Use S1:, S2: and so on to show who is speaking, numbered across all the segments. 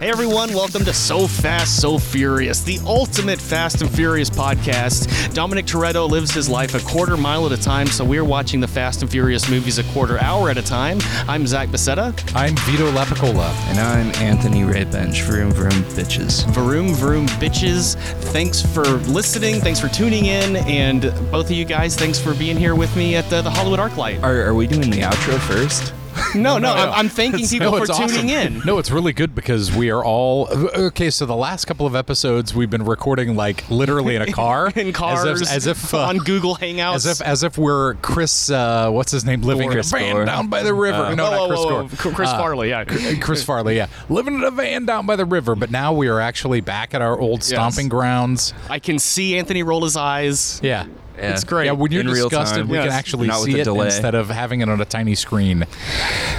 S1: Hey everyone, welcome to So Fast, So Furious, the ultimate Fast and Furious podcast. Dominic Toretto lives his life a quarter mile at a time, so we're watching the Fast and Furious movies a quarter hour at a time. I'm Zach Besetta.
S2: I'm Vito Lapicola.
S3: And I'm Anthony Redbench. Vroom vroom bitches.
S1: Vroom vroom bitches. Thanks for listening, thanks for tuning in, and both of you guys, thanks for being here with me at the, the Hollywood ArcLight.
S3: Are, are we doing the outro first?
S1: No, no, I'm, I'm thanking people
S2: No,
S1: for
S2: it's
S1: tuning
S2: awesome.
S1: in.
S2: No, it's really good because we are all okay. So the last couple of episodes we've been recording like literally in a car,
S1: In cars,
S2: as if, as if, uh,
S1: on Google Hangouts,
S2: as if as if we're Chris. Uh, what's his name? Living
S3: Chris Uh,
S2: in a van
S3: Gore.
S2: down by the river. no,
S1: Whoa,
S2: not
S1: whoa,
S2: Chris
S1: whoa,
S2: Gore.
S1: whoa. Chris Farley, yeah.
S2: Uh, Chris Farley, yeah, living in a van down by the river. But now we are actually back at our old stomping grounds.
S1: I can see Anthony roll his eyes.
S2: Yeah.
S3: Yeah.
S2: It's great. Yeah, when you're
S3: In real
S2: disgusted,
S3: time.
S2: we can
S1: Yes.
S2: actually
S3: Not with
S2: see
S3: the
S2: it
S3: delay.
S2: instead of having it on a tiny screen.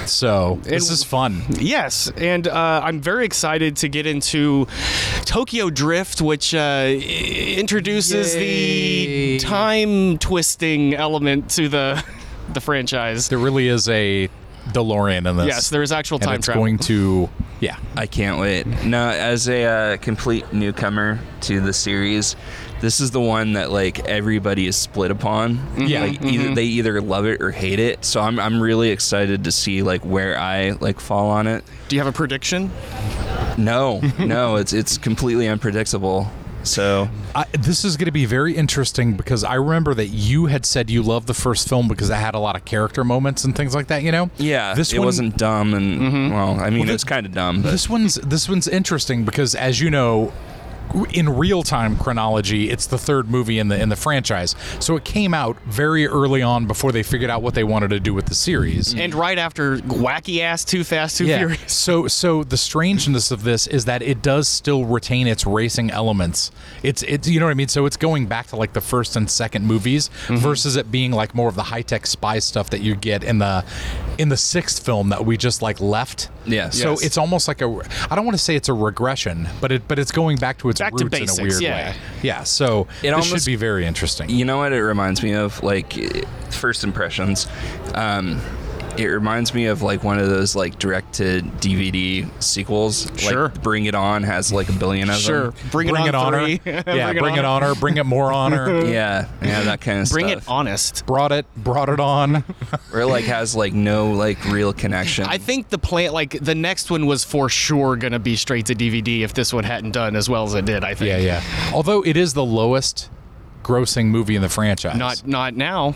S2: So this is fun.
S1: Yes, and uh, I'm very excited to get into Tokyo Drift, which uh, i- introduces the
S2: Yay.
S1: time twisting element to the the franchise.
S2: There really is a DeLorean in this.
S1: yes, there is actual
S2: and
S1: time
S2: it's
S1: travel.
S2: going to yeah.
S3: I can't wait. No, as a uh, complete newcomer to the series, this is the one that like everybody is split upon.
S2: Yeah.
S3: like either they either love it or hate it. So I'm I'm really excited to see like where I like fall on it.
S1: Do you have a prediction?
S3: No, no, it's it's completely unpredictable. So
S2: I, this is going to be very interesting because I remember that you had said you loved the first film because it had a lot of character moments and things like that. You know.
S3: yeah,
S2: This
S3: it
S2: one,
S3: wasn't dumb, and Mm-hmm. well, I mean it was kind of dumb. But.
S2: This one's this one's interesting because as you know in real time chronology it's the third movie in the in the franchise so it came out very early on before they figured out what they wanted to do with the series
S1: And right after wacky ass, too fast, too furious.
S2: So so the strangeness of this is that it does still retain its racing elements. It's it's you know what I mean? So it's going back to like the first and second movies
S1: Mm-hmm.
S2: versus it being like more of the high tech spy stuff that you get in the in the sixth film that we just like left.
S3: Yes.
S2: So
S3: Yes.
S2: it's almost like a I don't want to say it's a regression, but it but it's going back to its
S1: Back to
S2: roots in a
S1: basics,
S2: weird
S1: yeah.
S2: way. Yeah. So it this
S3: almost-
S2: should be very interesting.
S3: You know what it reminds me of? Like eh, first impressions. Um, it reminds me of like one of those like direct to DVD sequels.
S1: Sure.
S3: Like Bring It On has like a billion of
S1: Sure,
S3: them.
S1: bring it on
S2: honor.
S1: three.
S2: yeah, bring, it on her, bring it more honor.
S3: Yeah, yeah, that kind of
S1: Bring it
S3: stuff.
S1: honest.
S2: Brought it, brought it on.
S3: Or it, like has like no like real connection.
S1: I think the plan, like the next one, was for sure gonna be straight to DVD if this one hadn't done as well as it did. I think.
S2: Yeah, yeah. Although it is the lowest grossing movie in the franchise.
S1: Not, not now.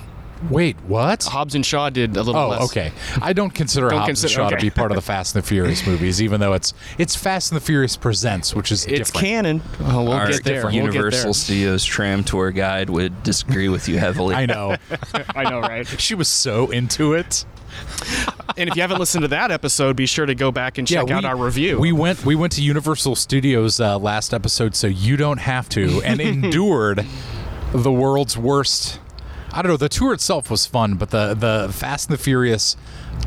S2: wait, what?
S1: Hobbs and Shaw did a little
S2: Oh,
S1: less.
S2: okay. I don't consider Hobbs
S1: consider-
S2: and Shaw
S1: okay.
S2: to be part of the Fast and the Furious movies, even though it's it's Fast and the Furious Presents, which is
S1: It's
S2: different.
S1: canon. Oh, we'll
S3: Our
S1: get there. We'll get there.
S3: Universal Studios tram tour guide would disagree with you heavily.
S2: I know.
S1: I know, right?
S2: she was so into it.
S1: and if you haven't listened to that episode, be sure to go back and check out our review.
S2: We went we went to Universal Studios uh, last episode, so you don't have to, and endured the world's worst. I don't know. The tour itself was fun, but the the Fast and the Furious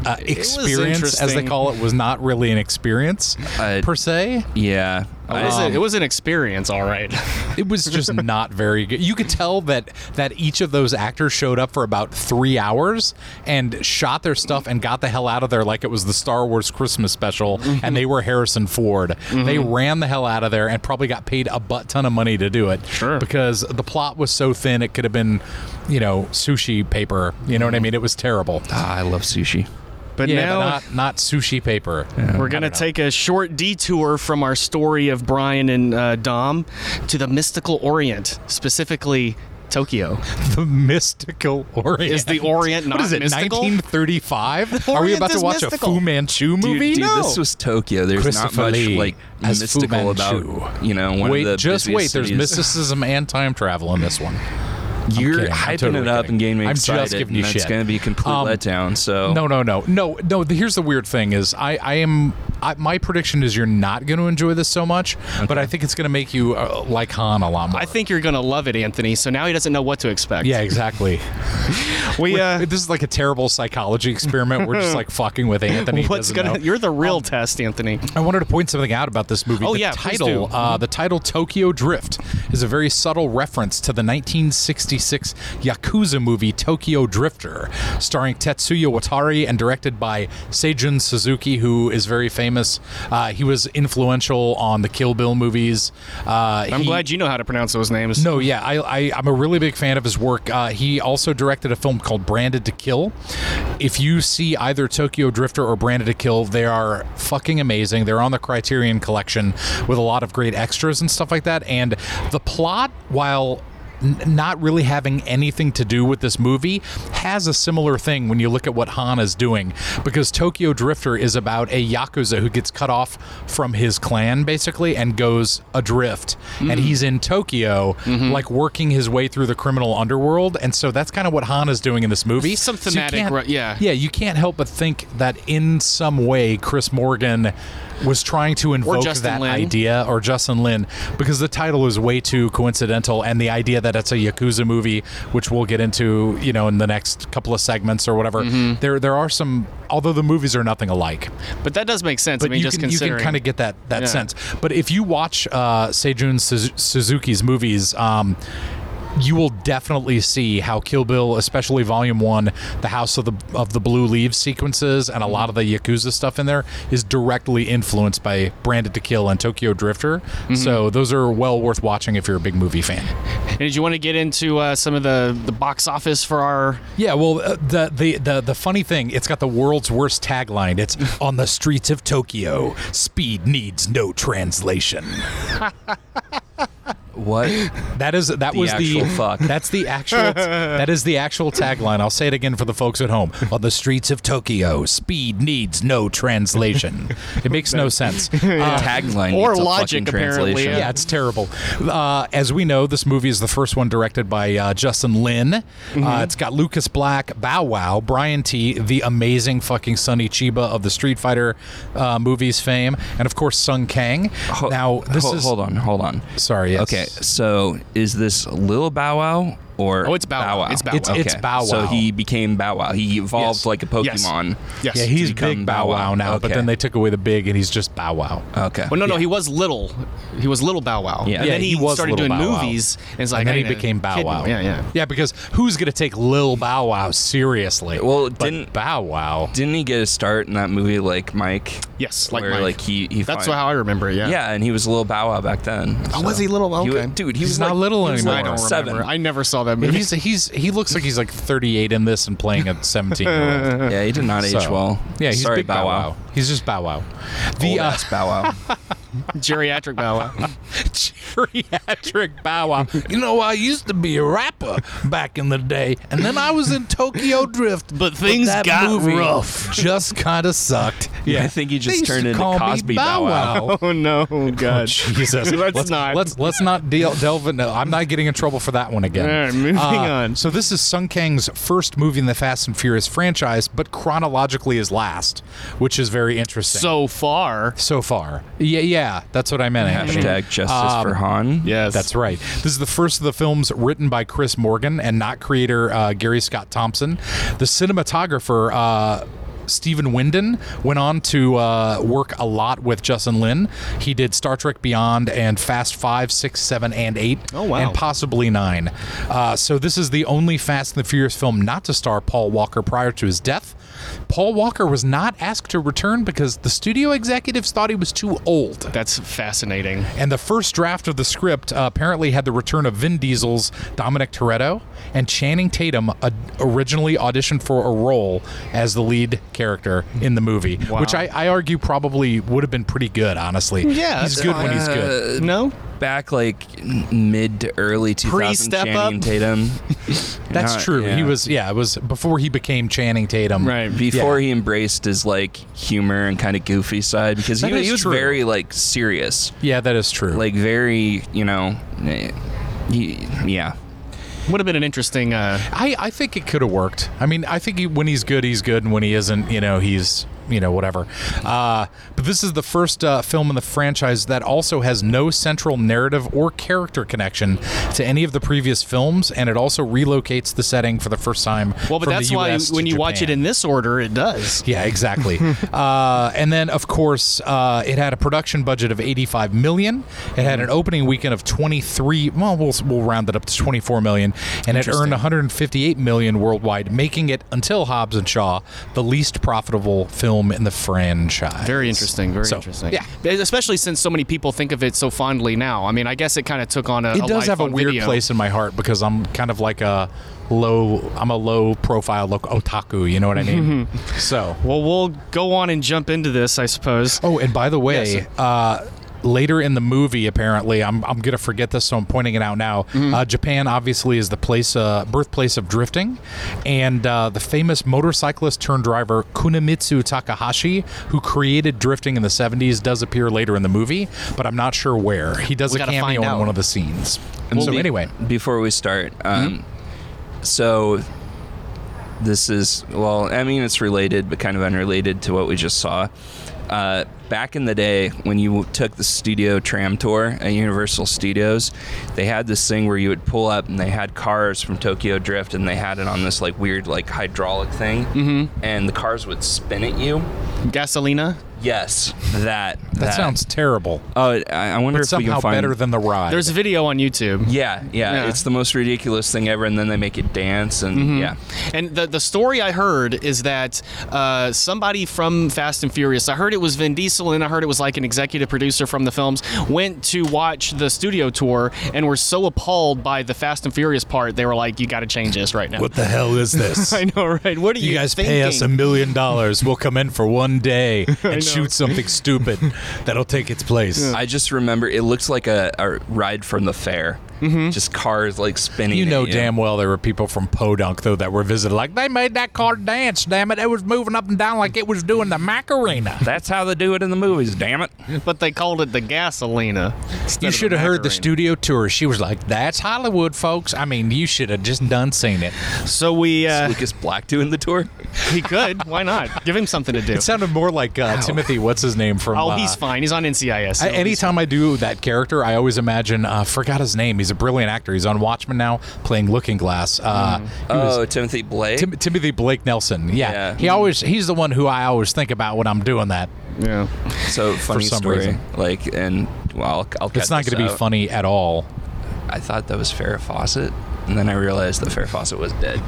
S2: uh, experience, as they
S1: interesting.
S2: call it, was not really an experience
S3: Uh,
S2: per se.
S3: Yeah. Oh.
S1: it, was
S3: I-
S2: um,
S1: a- Oh, it was an experience, all right.
S2: It was just not very good. You could tell that that each of those actors showed up for about three hours and shot their stuff and got the hell out of there like it was the Star Wars Christmas special, and
S1: Mm-hmm.
S2: they were Harrison Ford. They ran the hell out of there and probably got paid a butt ton of money to do it.
S1: Sure.
S2: because the plot was so thin, it could have been, you know, sushi paper. You know what I mean? It was terrible.
S3: Ah, I love sushi.
S1: But
S2: Yeah,
S1: now
S2: but not not sushi paper.
S1: we're going to take a short detour from our story of Brian and uh, Dom to the mystical Orient, specifically Tokyo.
S2: The mystical Orient
S1: Is the Orient not
S2: What is it?
S1: mystical?
S2: 1935? Are we
S1: Orient
S2: about to
S1: is
S2: watch
S1: mystical.
S2: a Fu Manchu movie?
S3: Dude, dude,
S2: no.
S3: this was Tokyo. There's not
S2: Christopher
S3: much
S2: Lee
S3: like
S2: as Fu
S3: mystical about
S2: Manchu.
S3: you know one
S2: wait,
S3: of the
S2: just
S3: busiest
S2: wait. There's
S3: cities.
S2: mysticism and time travel in this one.
S3: You're
S2: kidding. I'm
S3: hyping
S2: totally
S3: it up
S2: kidding.
S3: and getting me
S2: I'm just
S3: excited.
S2: giving you
S3: and It's
S2: shit.
S3: going to be a complete
S2: Um,
S3: letdown. So
S2: No, no, no, no, no. the- Here's the weird thing: is I, I am, I, my prediction is you're not going to enjoy this so much, but I think it's going to make you uh, like Han a lot more.
S1: I think you're going to love it, Anthony. So now he doesn't know what to expect.
S2: yeah, exactly.
S1: We,
S2: We're-
S1: uh,
S2: this is like a terrible psychology experiment. We're just like fucking with Anthony. He
S1: what's
S2: doesn't
S1: going
S2: know. Um,
S1: to. You're the real test, Anthony.
S2: I wanted to point something out about this movie.
S1: Oh,
S2: the
S1: yeah, please
S2: title,
S1: do.
S2: Uh, the title "Tokyo Drift" is a very subtle reference to the 1966 yakuza movie "Tokyo Drifter," starring Tetsuya Watari and directed by Seijun Suzuki, who is very famous famous. Uh, he was influential on the Kill Bill movies. Uh,
S1: I'm
S2: he-
S1: glad you know how to pronounce those names.
S2: no, yeah, I, I, I'm a really big fan of his work. Uh, he also directed a film called Branded to Kill. If you see either Tokyo Drifter or Branded to Kill, they are fucking amazing. They're on the Criterion Collection with a lot of great extras and stuff like that. And the plot, while n- not really having anything to do with this movie has a similar thing when you look at what Han is doing because Tokyo Drifter is about a yakuza who gets cut off from his clan basically and goes adrift and
S1: Mm.
S2: he's in Tokyo
S1: Mm-hmm.
S2: like working his way through the criminal underworld and so that's kind of what Han is doing in this movie
S1: Some
S2: So you
S1: thematic
S2: can't-
S1: ru- yeah.
S2: yeah you can't help but think that in some way Chris Morgan was trying to invoke
S1: Justin
S2: that
S1: Lin.
S2: idea idea or Justin Lin because the title is way too coincidental and the idea that it's a yakuza movie which we'll get into you know in the next couple of segments or whatever
S1: Mm-hmm.
S2: there there are some although the movies are nothing alike
S1: But that does make sense.
S2: but
S1: I mean,
S2: you,
S1: just
S2: can, you
S1: considering.
S2: can kind of get that that
S1: Yeah.
S2: sense but if you watch uh Seijun Suz- Suzuki's movies um you will definitely see how Kill Bill, especially Volume One, the House of the of the Blue Leaves sequences, and a lot of the Yakuza stuff in there is directly influenced by Branded to Kill and Tokyo Drifter. So those are well worth watching if you're a big movie fan.
S1: And did you want to get into uh, some of the, the box office for our?
S2: Yeah, well, uh, the, the the the funny thing, it's got the world's worst tagline. It's on the streets of Tokyo, speed needs no translation.
S3: What?
S2: That is that was the
S3: actual fuck.
S2: That's the actual. that is the actual tagline. I'll say it again for the folks at home. On the streets of Tokyo, speed needs no translation. It makes no sense. Uh,
S3: Tagline
S1: or
S3: needs a
S1: logic,
S3: fucking
S1: apparently,
S3: translation.
S2: yeah, it's terrible. Uh, as we know, this movie is the first one directed by uh, Justin Lin.
S3: Mm-hmm.
S2: Uh, it's got Lucas Black, Bow Wow, Brian T, the amazing fucking Sonny Chiba of the Street Fighter uh, movies fame, and of course Sung Kang.
S3: Ho-
S2: now this
S3: ho-
S2: is
S3: hold on, hold on.
S2: Sorry, yes.
S3: Okay, so is this Lil Bow Wow or
S1: Oh, it's Bow Wow. It's Bow
S2: It's- Wow. it's Bow
S3: So
S2: Wow.
S3: he became Bow Wow. He evolved
S2: Yes.
S3: like a
S1: Yes.
S3: Pokemon.
S1: Yes.
S2: Yeah, he's
S3: to become
S2: big Bow Wow now, but
S3: Okay.
S2: then they took away the big, and he's just Bow Wow.
S3: Okay.
S1: Well, no, no, he was little. He was little Bow Wow.
S3: Yeah.
S1: and
S3: Yeah,
S1: then he,
S2: he was
S1: started
S2: Little
S1: doing
S2: Bow Wow.
S1: movies, and it's like
S2: and then
S1: I
S2: he
S1: ain't a
S2: became Bow
S1: kid-
S2: Wow.
S1: Yeah, yeah.
S2: Yeah, because who's gonna take Lil Bow Wow seriously?
S3: Well,
S2: But
S3: didn't-
S2: Bow Wow?
S3: Didn't he get a start in that movie like Mike?
S1: Yes, like
S3: where
S1: Mike.
S3: like he, he
S1: That's
S3: fin-
S1: how I remember it. Yeah.
S3: Yeah, and he was Lil Bow Wow back then.
S1: Oh, was he little?
S3: He
S1: Okay.
S3: wa- dude, he
S2: He's
S3: was
S2: not
S3: like-
S2: little
S3: he was
S2: anymore.
S1: I don't remember.
S3: seven.
S1: I never saw that movie.
S2: He's he's he looks like he's like 38 in this and playing a 17 year old.
S3: Yeah, he did not age well.
S2: Yeah, he's
S3: Sorry,
S2: big Bow Wow. He's just Bow Wow. The
S3: Old
S2: uh,
S3: ass Bow Wow.
S1: Geriatric Bow Wow.
S2: geriatric Bow Wow. You know, I used to be a rapper back in the day, and then I was in Tokyo Drift.
S1: But things
S2: that
S1: got
S2: movie
S1: rough.
S2: Just kind of sucked.
S3: Yeah, I think he
S2: They
S3: just
S2: used
S3: turned
S2: to
S3: into
S2: call me
S3: Cosby Bow Wow.
S1: Oh no, God.
S2: Jesus,
S1: Let's
S2: let's
S1: not.
S2: Let's let's not deal, delve into. I'm not getting in trouble for that one again. Uh,
S1: All right, moving on.
S2: So this is Sung Kang's first movie in the Fast and Furious franchise, but chronologically is last, which is very interesting.
S1: so far.
S2: so far, yeah, yeah, that's what I meant. actually.
S3: Hashtag justice
S2: Um,
S3: for Han.
S1: Yes.
S2: That's right. This is the first of the films written by Chris Morgan and not creator uh, Gary Scott Thompson. The cinematographer. Uh, Stephen Wyndon went on to uh, work a lot with Justin Lin. He did Star Trek Beyond and Fast Five, Six, Seven, and 8.
S1: Oh, wow.
S2: And possibly 9. Uh, so, this is the only Fast and the Furious film not to star Paul Walker prior to his death. Paul Walker was not asked to return because the studio executives thought he was too old.
S1: That's fascinating.
S2: And the first draft of the script uh, apparently had the return of Vin Diesel's Dominic Toretto and Channing Tatum uh, originally auditioned for a role as the lead character in the movie, which I, I argue probably would have been pretty good, honestly.
S1: Yeah,
S2: he's
S1: that's
S2: good
S1: fine.
S2: when he's good.
S3: Uh,
S1: No.
S3: back like mid to early 2000s
S1: Pre-step
S3: Channing
S1: up.
S3: Tatum.
S2: That's
S3: Not-
S2: true. He
S3: yeah.
S2: was yeah, it was before he became Channing Tatum.
S1: Right.
S3: before he embraced his like humor and kind of goofy side because
S2: That
S3: he,
S2: is
S3: he was
S2: true.
S3: very like serious,
S2: Yeah, that is true.
S3: like very you know, eh, he, yeah.
S1: Would have been an interesting. Uh,
S2: I, I think it could have worked. I mean, I think he, when he's good, he's good, and when he isn't, you know, he's you know whatever. Uh, but this is the first uh, film in the franchise that also has no central narrative or character connection to any of the previous films, and it also relocates the setting for the first time.
S1: well, but
S2: from
S1: that's
S2: the
S1: why
S2: US to
S1: when you watch it
S2: Japan.
S1: in this order, it does.
S2: Yeah, exactly. uh, and then, of course, uh, it had a production budget of 85 million. It had an
S1: Mm-hmm.
S2: opening weekend of 23. Well, we'll, we'll round it up to 24 million, and it earned 158 million worldwide, making it until Hobbs and Shaw the least profitable film film in the franchise.
S1: Very interesting. Very
S2: So,
S1: interesting.
S2: yeah.
S1: But Especially since so many people think of it so fondly now. I mean, I guess it kind of took on a.
S2: It
S1: a
S2: does
S1: life
S2: have a
S1: on
S2: weird
S1: video.
S2: place in my heart because I'm kind of like a low. I'm a low profile look otaku. You know what I mean?
S1: Mm-hmm.
S2: so
S1: Well, we'll go on and jump into this, I suppose.
S2: Oh, and by the way,
S1: Yes.
S2: uh, later in the movie, apparently, I'm, I'm going to forget this, so I'm pointing it out now.
S1: Mm-hmm.
S2: Uh, Japan obviously is the place, uh, birthplace of drifting, and uh, the famous motorcyclist turned driver Kunimitsu Takahashi, who created drifting in the 70s, does appear later in the movie, but I'm not sure where. He does
S1: We
S2: a
S1: gotta
S2: cameo
S1: find
S2: in
S1: out.
S2: one of the scenes. And so,
S3: be-
S2: anyway, Mm-hmm.
S3: before we start, um, so this is well, I mean, it's related, but kind of unrelated to what we just saw. Uh, back in the day, when you took the studio tram tour at Universal Studios, they had this thing where you would pull up and they had cars from Tokyo Drift, and they had it on this like weird like hydraulic thing, mm-hmm. and the cars would spin at you.
S1: Gasolina.
S3: Yes, that that,
S2: that sounds terrible.
S3: Oh, I, I wonder
S2: But
S3: if we
S2: somehow
S3: can find
S2: better than the ride.
S1: There's a video on YouTube.
S3: Yeah, yeah,
S1: Yeah.
S3: It's the most ridiculous thing ever, and then they make it dance, and yeah.
S1: And the, the story I heard is that uh, somebody from Fast and Furious, I heard it was Vin Diesel and I heard it was like an executive producer from the films, went to watch the studio tour and were so appalled by the Fast and Furious part, they were like, you got to change this right now.
S2: the hell is this?
S1: I know, right? What are you,
S2: you guys
S1: thinking?
S2: pay us a million dollars, we'll come in for one day and shoot something stupid that'll take its place.
S3: I just remember it looks like a, a ride from the fair, just cars like spinning.
S2: You
S3: at
S2: know damn well there were people from Podunk though that were visited like they made that car dance, damn it. It was moving up and down like it was doing the Macarena.
S3: That's how they do it in the movies. Damn it!
S1: But they called it the Gasolina. instead
S2: You
S1: of
S2: should have heard
S1: Macarena.
S2: the studio tour. She was like, That's Hollywood folks. I mean, you should have just done seen it.
S1: So we, uh,
S3: Lucas Black doing the tour.
S1: he could. Why not? Give him something to do.
S2: It sounded more like uh, Timothy what's his name from
S1: Oh,
S2: uh,
S1: he's fine. He's on NCIS. so
S2: I,
S1: he's
S2: anytime I do that character, I always imagine. Uh, forgot his name. He's a brilliant actor. He's on Watchmen now, playing Looking Glass. Uh, he was-
S3: Oh, Timothy Blake.
S2: Tim- Timothy Blake Nelson. Yeah.
S3: Yeah.
S2: he always he's the one who I always think about when I'm doing that.
S1: fine. Yeah.
S3: so funny
S2: some
S3: story.
S2: reason.
S3: Like, and well, I'll, I'll cut
S2: It's not
S3: this
S2: going to be
S3: out.
S2: funny at all.
S3: I thought that was Farrah Fawcett, and then I realized that Farrah Fawcett was dead.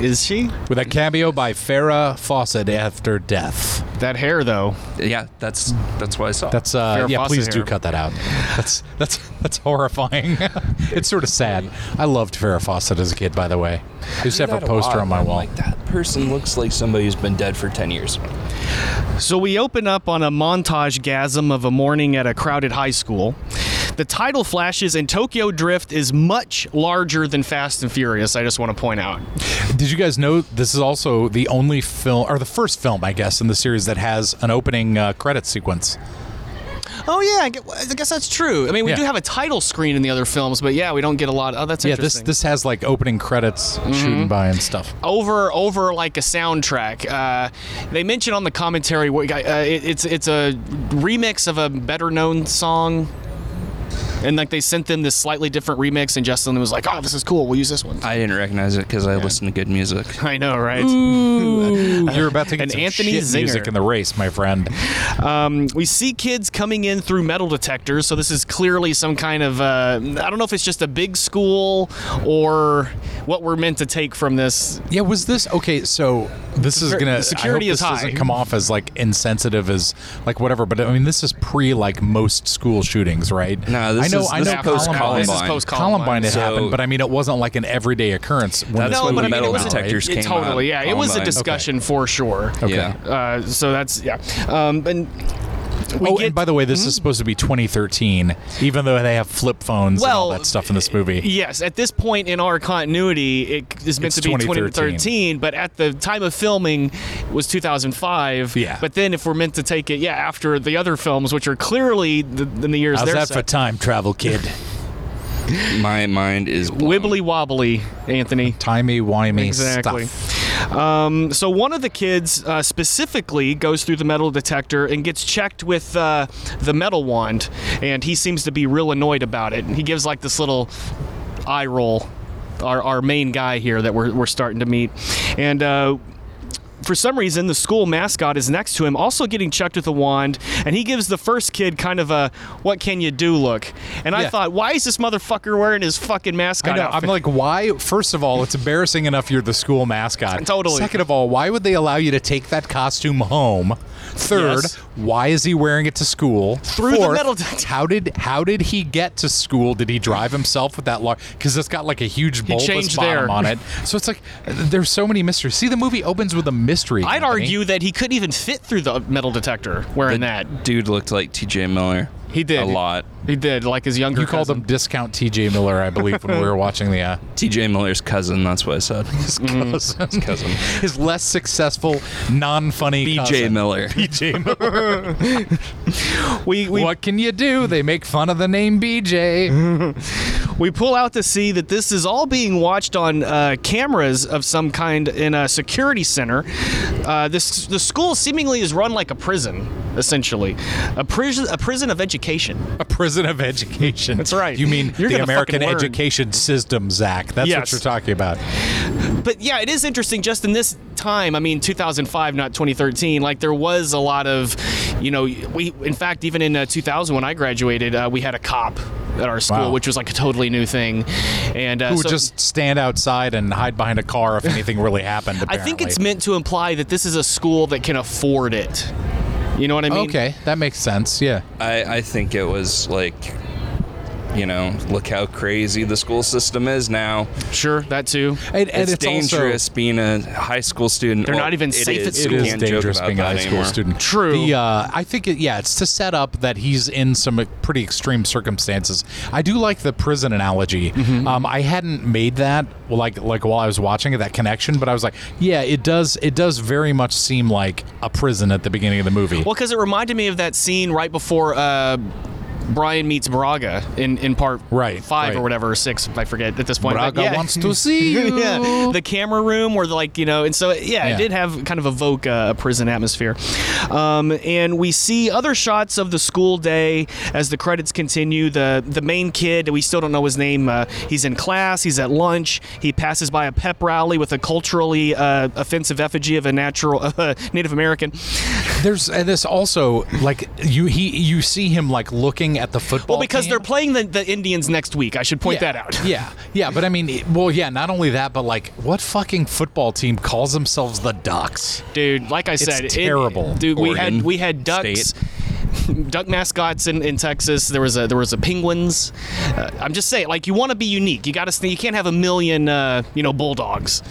S1: Is she?
S2: With a cameo by Farrah Fawcett after death.
S1: That hair, though.
S3: Yeah, that's that's what I saw.
S2: That's uh,
S1: Farrah
S2: yeah.
S1: Fawcett
S2: please
S1: here.
S2: do cut that out. That's that's that's horrifying. it's sort of sad. I loved Farrah Fawcett as a kid, by the way. I used to have
S3: That
S2: her
S3: a
S2: poster
S3: lot.
S2: on my
S3: I'm
S2: wall.
S3: Like that person looks like somebody who's been dead for ten years.
S1: So we open up on a montage gasm of a morning at a crowded high school. The title flashes, and Tokyo Drift is much larger than Fast and Furious. I just want to point out.
S2: Did you guys know this is also the only film, or the first film, I guess, in the series that has an opening uh, credit sequence?
S1: Oh yeah, I gue- I guess that's true. I mean, we
S2: Yeah.
S1: do have a title screen in the other films, but yeah, we don't get a lot. Oh, that's
S2: Yeah, this
S1: interesting.
S2: this has like opening credits
S3: Mm-hmm.
S2: shooting by and stuff.
S1: over over like a soundtrack. Uh, they mention on the commentary what- uh, it, it's it's a remix of a better known song, and like they sent them this slightly different remix, and Justin was like, "Oh, this is cool. We'll use this one."
S3: I didn't recognize it because I listen to good music.
S1: I know, right?
S2: You're about to get
S1: An
S2: some
S1: Anthony
S2: shit music
S1: Zinger.
S2: in the race, my friend.
S1: Um, we see kids coming in through metal detectors, so this is clearly some kind of uh, I don't know if it's just a big school or what we're meant to take from this.
S2: Yeah, was this okay? So this is
S1: Secur-
S2: gonna
S1: the security
S2: I hope
S1: is
S2: this
S1: high.
S2: Doesn't come off as like insensitive as like whatever, but I mean this is pre like most school shootings, right?
S3: No, this
S2: I know.
S3: is-
S2: I
S3: this
S2: know.
S3: is post
S2: Columbine,
S1: This is
S3: Columbine.
S1: post
S2: Columbine
S1: Columbine.
S2: had
S3: So-
S2: happened, but I mean it wasn't like an everyday occurrence. When
S3: That's
S2: this
S1: no,
S3: when
S2: movie
S1: but I mean, it
S2: came
S3: the metal
S1: was
S2: out,
S1: a,
S2: right?
S3: detectors
S1: it
S3: came out.
S1: totally, yeah, it was a
S3: Columbine.
S1: discussion for sure.
S2: Okay.
S3: Yeah.
S1: Uh, so that's yeah, um, and we
S2: oh,
S1: get
S2: and by the way, this is supposed to be 2013, even though they have flip phones and all
S1: Well,
S2: that stuff in this movie.
S1: Yes, at this point in our continuity, it is meant
S2: It's
S1: to be 2013.
S2: 2013,
S1: but at the time of filming was 2005.
S2: Yeah.
S1: But then if we're meant to take it, yeah, after the other films, which are clearly the, in the years
S2: How's
S1: they're
S2: that for
S1: set,
S2: time travel, kid?
S3: My mind is blown.
S1: wibbly wobbly, Anthony.
S2: Timey wimey
S1: Exactly.
S2: stuff.
S1: Um, so one of the kids uh, specifically goes through the metal detector and gets checked with uh, the metal wand, and he seems to be real annoyed about it. And he gives like this little eye roll, our, our main guy here that we're, we're starting to meet, and. Uh, for some reason, the school mascot is next to him, also getting chucked with a wand, and he gives the first kid kind of a "What can you do?" look. And I
S2: Yeah.
S1: thought, why is this motherfucker wearing his fucking mascot
S2: I know.
S1: outfit?
S2: I'm like, why? First of all, it's embarrassing enough you're the school mascot.
S1: Totally.
S2: Second of all, why would they allow you to take that costume home? Third,
S1: Yes.
S2: why is he wearing it to school?
S1: Through the
S2: Fourth,
S1: metal detector.
S2: How did how did he get to school? Did he drive himself with that large? Because it's got like a huge bulbous
S1: changed
S2: bottom
S1: there.
S2: on it. So it's like there's so many mysteries. See, the movie opens with a mystery.
S1: I'd
S2: Anthony.
S1: argue that he couldn't even fit through the metal detector wearing that.
S3: Dude looked like T.J. Miller.
S1: He did
S3: a lot.
S1: He did, like his younger.
S2: you called
S1: cousin.
S2: him discount T.J. Miller, I believe, when we were watching the. Uh,
S3: T.J. Miller's cousin. That's what I said.
S2: his
S1: Mm.
S2: cousin, his less successful, non-funny
S3: B.J.
S2: cousin.
S3: Miller.
S2: B.J. Miller.
S1: We Mm-hmm. we
S2: what can you do? They make fun of the name BJ.
S1: we pull out to see that this is all being watched on uh, cameras of some kind in a security center. Uh, this the school seemingly is run like a prison, essentially, a prison a prison of education.
S2: a prison of education. That's
S1: right.
S2: You mean
S1: You're
S2: the
S1: gonna fucking
S2: American
S1: learn.
S2: Education System, Zach? That's
S1: Yes.
S2: what you're talking about.
S1: But yeah, it is interesting. Just in this time, I mean, 2005, not 2013. Like there was a lot of, you know, we in fact even in uh, 2000 when I graduated, uh, we had a cop at our school,
S2: Wow.
S1: which was like a totally new thing, and uh,
S2: Who would
S1: so-
S2: just stand outside and hide behind a car if anything really happened?
S1: I
S2: Apparently.
S1: think it's meant to imply that this is a school that can afford it. You know what I mean?
S2: okay. That makes sense. Yeah.
S3: I, I think it was like, you know, look how crazy the school system is now.
S1: Sure, that too.
S2: And, and
S3: it's,
S2: it's,
S3: dangerous
S2: Also,
S3: being a high school student.
S1: They're not even safe at
S2: it
S1: school.
S2: is
S1: Can't
S2: dangerous being a high school student.
S1: True.
S2: The, uh, I think, it, yeah, it's to set up that he's in some pretty extreme circumstances. I do like the prison analogy.
S1: Mm-hmm.
S2: Um, I hadn't made that like like while I was watching it that connection, but I was like, yeah, it does it does very much seem like a prison at the beginning of the movie.
S1: Well, because it reminded me of that scene right before uh, Brian meets Braga in, in part
S2: Right,
S1: five or
S2: right.
S1: whatever, or six, I forget at this point. But
S2: Braga
S1: yeah.
S2: wants to see you.
S1: yeah, the camera room where the like you know, and so yeah, it
S2: Yeah.
S1: did have kind of evoke uh, a prison atmosphere. Um, and we see other shots of the school day as the credits continue. The the main kid, we still don't know his name. Uh, he's in class. He's at lunch. He passes by a pep rally with a culturally uh, offensive effigy of a natural uh, Native American.
S2: There's and this also like you he you see him like looking at the football.
S1: Well, because
S2: team.
S1: they're playing the, the Indians next week. I should point
S2: Yeah,
S1: that out.
S2: yeah, yeah, but I mean, it- well, yeah. Not only that, but like, what fucking football team calls themselves the Ducks?
S1: Dude, like I said, it-
S2: terrible.
S1: dude, we
S3: Oregon
S1: had we had ducks. Duck mascots in, in Texas. There was a there was a penguins. Uh, I'm just saying, like you want to be unique. You got to you can't have a million uh, you know bulldogs.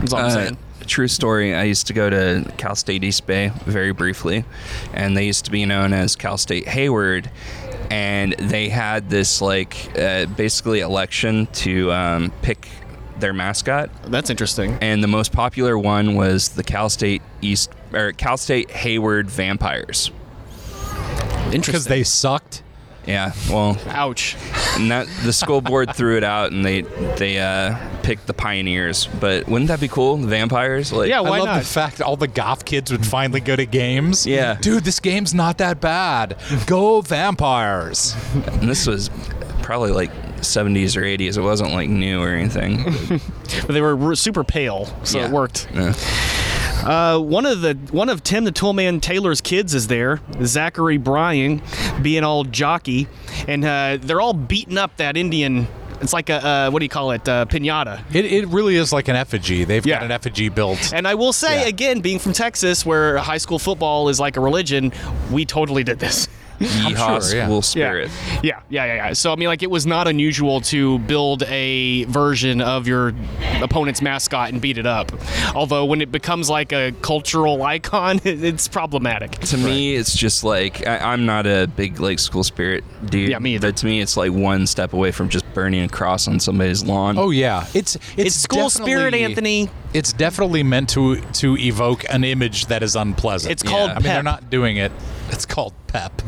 S1: That's all I'm
S3: Uh,
S1: saying.
S3: true story. I used to go to Cal State East Bay very briefly, and they used to be known as Cal State Hayward. And they had this like uh, basically election to um, pick their mascot,
S1: That's interesting.
S3: and the most popular one was the Cal State East or Cal State Hayward Vampires.
S2: Because
S1: Interesting.
S2: they sucked.
S3: Yeah, well,
S1: Ouch.
S3: and that the school board threw it out, and they they uh, picked the pioneers. But wouldn't that be cool? The vampires, like
S1: Yeah, Oh, why
S2: I love
S1: not?
S2: the fact all the goth kids would finally go to games.
S3: Yeah.
S2: Dude, this game's not that bad. Go vampires.
S3: and this was probably like 70s or 80s. It wasn't like new or anything.
S1: But they were r- super pale, so
S3: Yeah.
S1: it worked.
S3: Yeah.
S1: Uh, one of the one of Tim the Toolman Taylor's kids is there, Zachary Bryan, being all jockey, and uh, they're all beating up that Indian. It's like a uh, what do you call it, uh, pinata.
S2: It, it really is like an effigy. They've
S1: Yeah.
S2: got an effigy built.
S1: And I will say
S2: Yeah.
S1: again, being from Texas, where high school football is like a religion, we totally did this.
S3: Yeehaw
S2: sure, yeah.
S3: school
S1: Yeah.
S3: spirit.
S1: yeah, yeah, yeah, yeah. So I mean, like, it was not unusual to build a version of your opponent's mascot and beat it up. Although when it becomes like a cultural icon, it's problematic.
S3: To me, it's just like I, I'm not a big like school spirit dude.
S1: Yeah, me either.
S3: But to me, it's like one step away from just burning a cross on somebody's lawn.
S2: Oh yeah, it's it's,
S1: It's school spirit,
S2: definitely-
S1: Anthony.
S2: It's definitely meant to to evoke an image that is unpleasant.
S1: It's called
S2: I mean, they're
S1: pep.
S2: not doing it. It's called pep.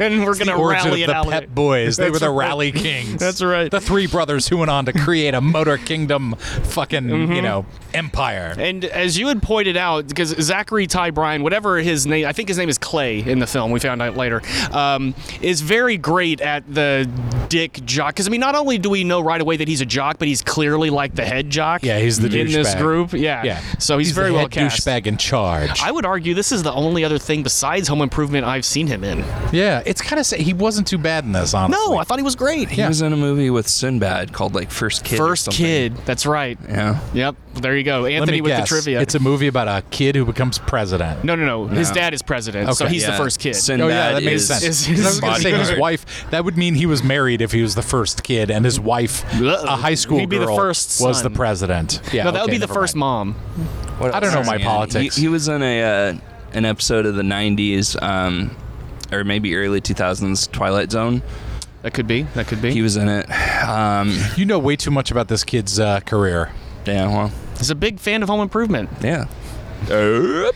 S1: and we're
S2: the
S1: gonna
S2: origin
S1: rally
S2: of
S1: it
S2: the
S1: out.
S2: Pep Boys. They were
S1: That's
S2: the
S1: right.
S2: Rally Kings.
S1: That's right.
S2: The three brothers who went on to create a Motor Kingdom fucking
S1: Mm-hmm.
S2: you know empire.
S1: And as you had pointed out, because Zachary Ty Bryan, whatever his name, I think his name is Clay in the film. We found out later, um, is very great at the dick jock. Because I mean, not only do we know right away that he's a jock, but he's clearly like the head jock.
S2: Yeah, he's the
S1: in this
S2: douchebag.
S1: group. Yeah.
S2: Yeah.
S1: So he's, very
S2: the
S1: well
S2: head
S1: cast.
S2: Douchebag in charge.
S1: I would argue this is the only other thing besides Home Improvement I've seen him in.
S2: yeah, it's kind of sad. He wasn't too bad in this, honestly.
S1: No, I thought he was great.
S3: He
S2: Yeah.
S3: was in a movie with Sinbad called like First Kid. or
S1: First
S3: something.
S1: kid. That's right.
S3: Yeah.
S1: Yep. There you go.
S2: Let me
S1: Anthony with
S2: guess.
S1: the trivia.
S2: It's a movie about a kid who becomes president.
S1: no, no, no. His
S3: No.
S1: dad is president, so
S2: Okay.
S1: he's
S3: Yeah.
S1: the first kid.
S3: Sinbad
S2: Oh yeah, that makes
S3: is-
S2: sense.
S1: is
S2: 'Cause I was
S1: his
S2: going to say his
S1: bodyguard.
S2: wife. That would mean he was married if he was the first kid, and his wife,
S1: Ugh.
S2: a high school
S1: He'd be the
S2: girl,
S1: first
S2: was
S1: son.
S2: the president. Yeah,
S1: no, that would
S2: okay,
S1: be the
S2: never
S1: first
S2: mind.
S1: mom.
S3: What
S2: I don't
S3: else
S2: know
S3: is
S2: my
S3: he in?
S2: politics.
S3: He, he was in a uh, an episode of the '90s, um, or maybe early 2000s Twilight Zone.
S1: That could be. That could be.
S3: He was in it. Um,
S2: You know way too much about this kid's uh, career.
S3: yeah. Well.
S1: he's a big fan of Home Improvement.
S3: Yeah. Uh,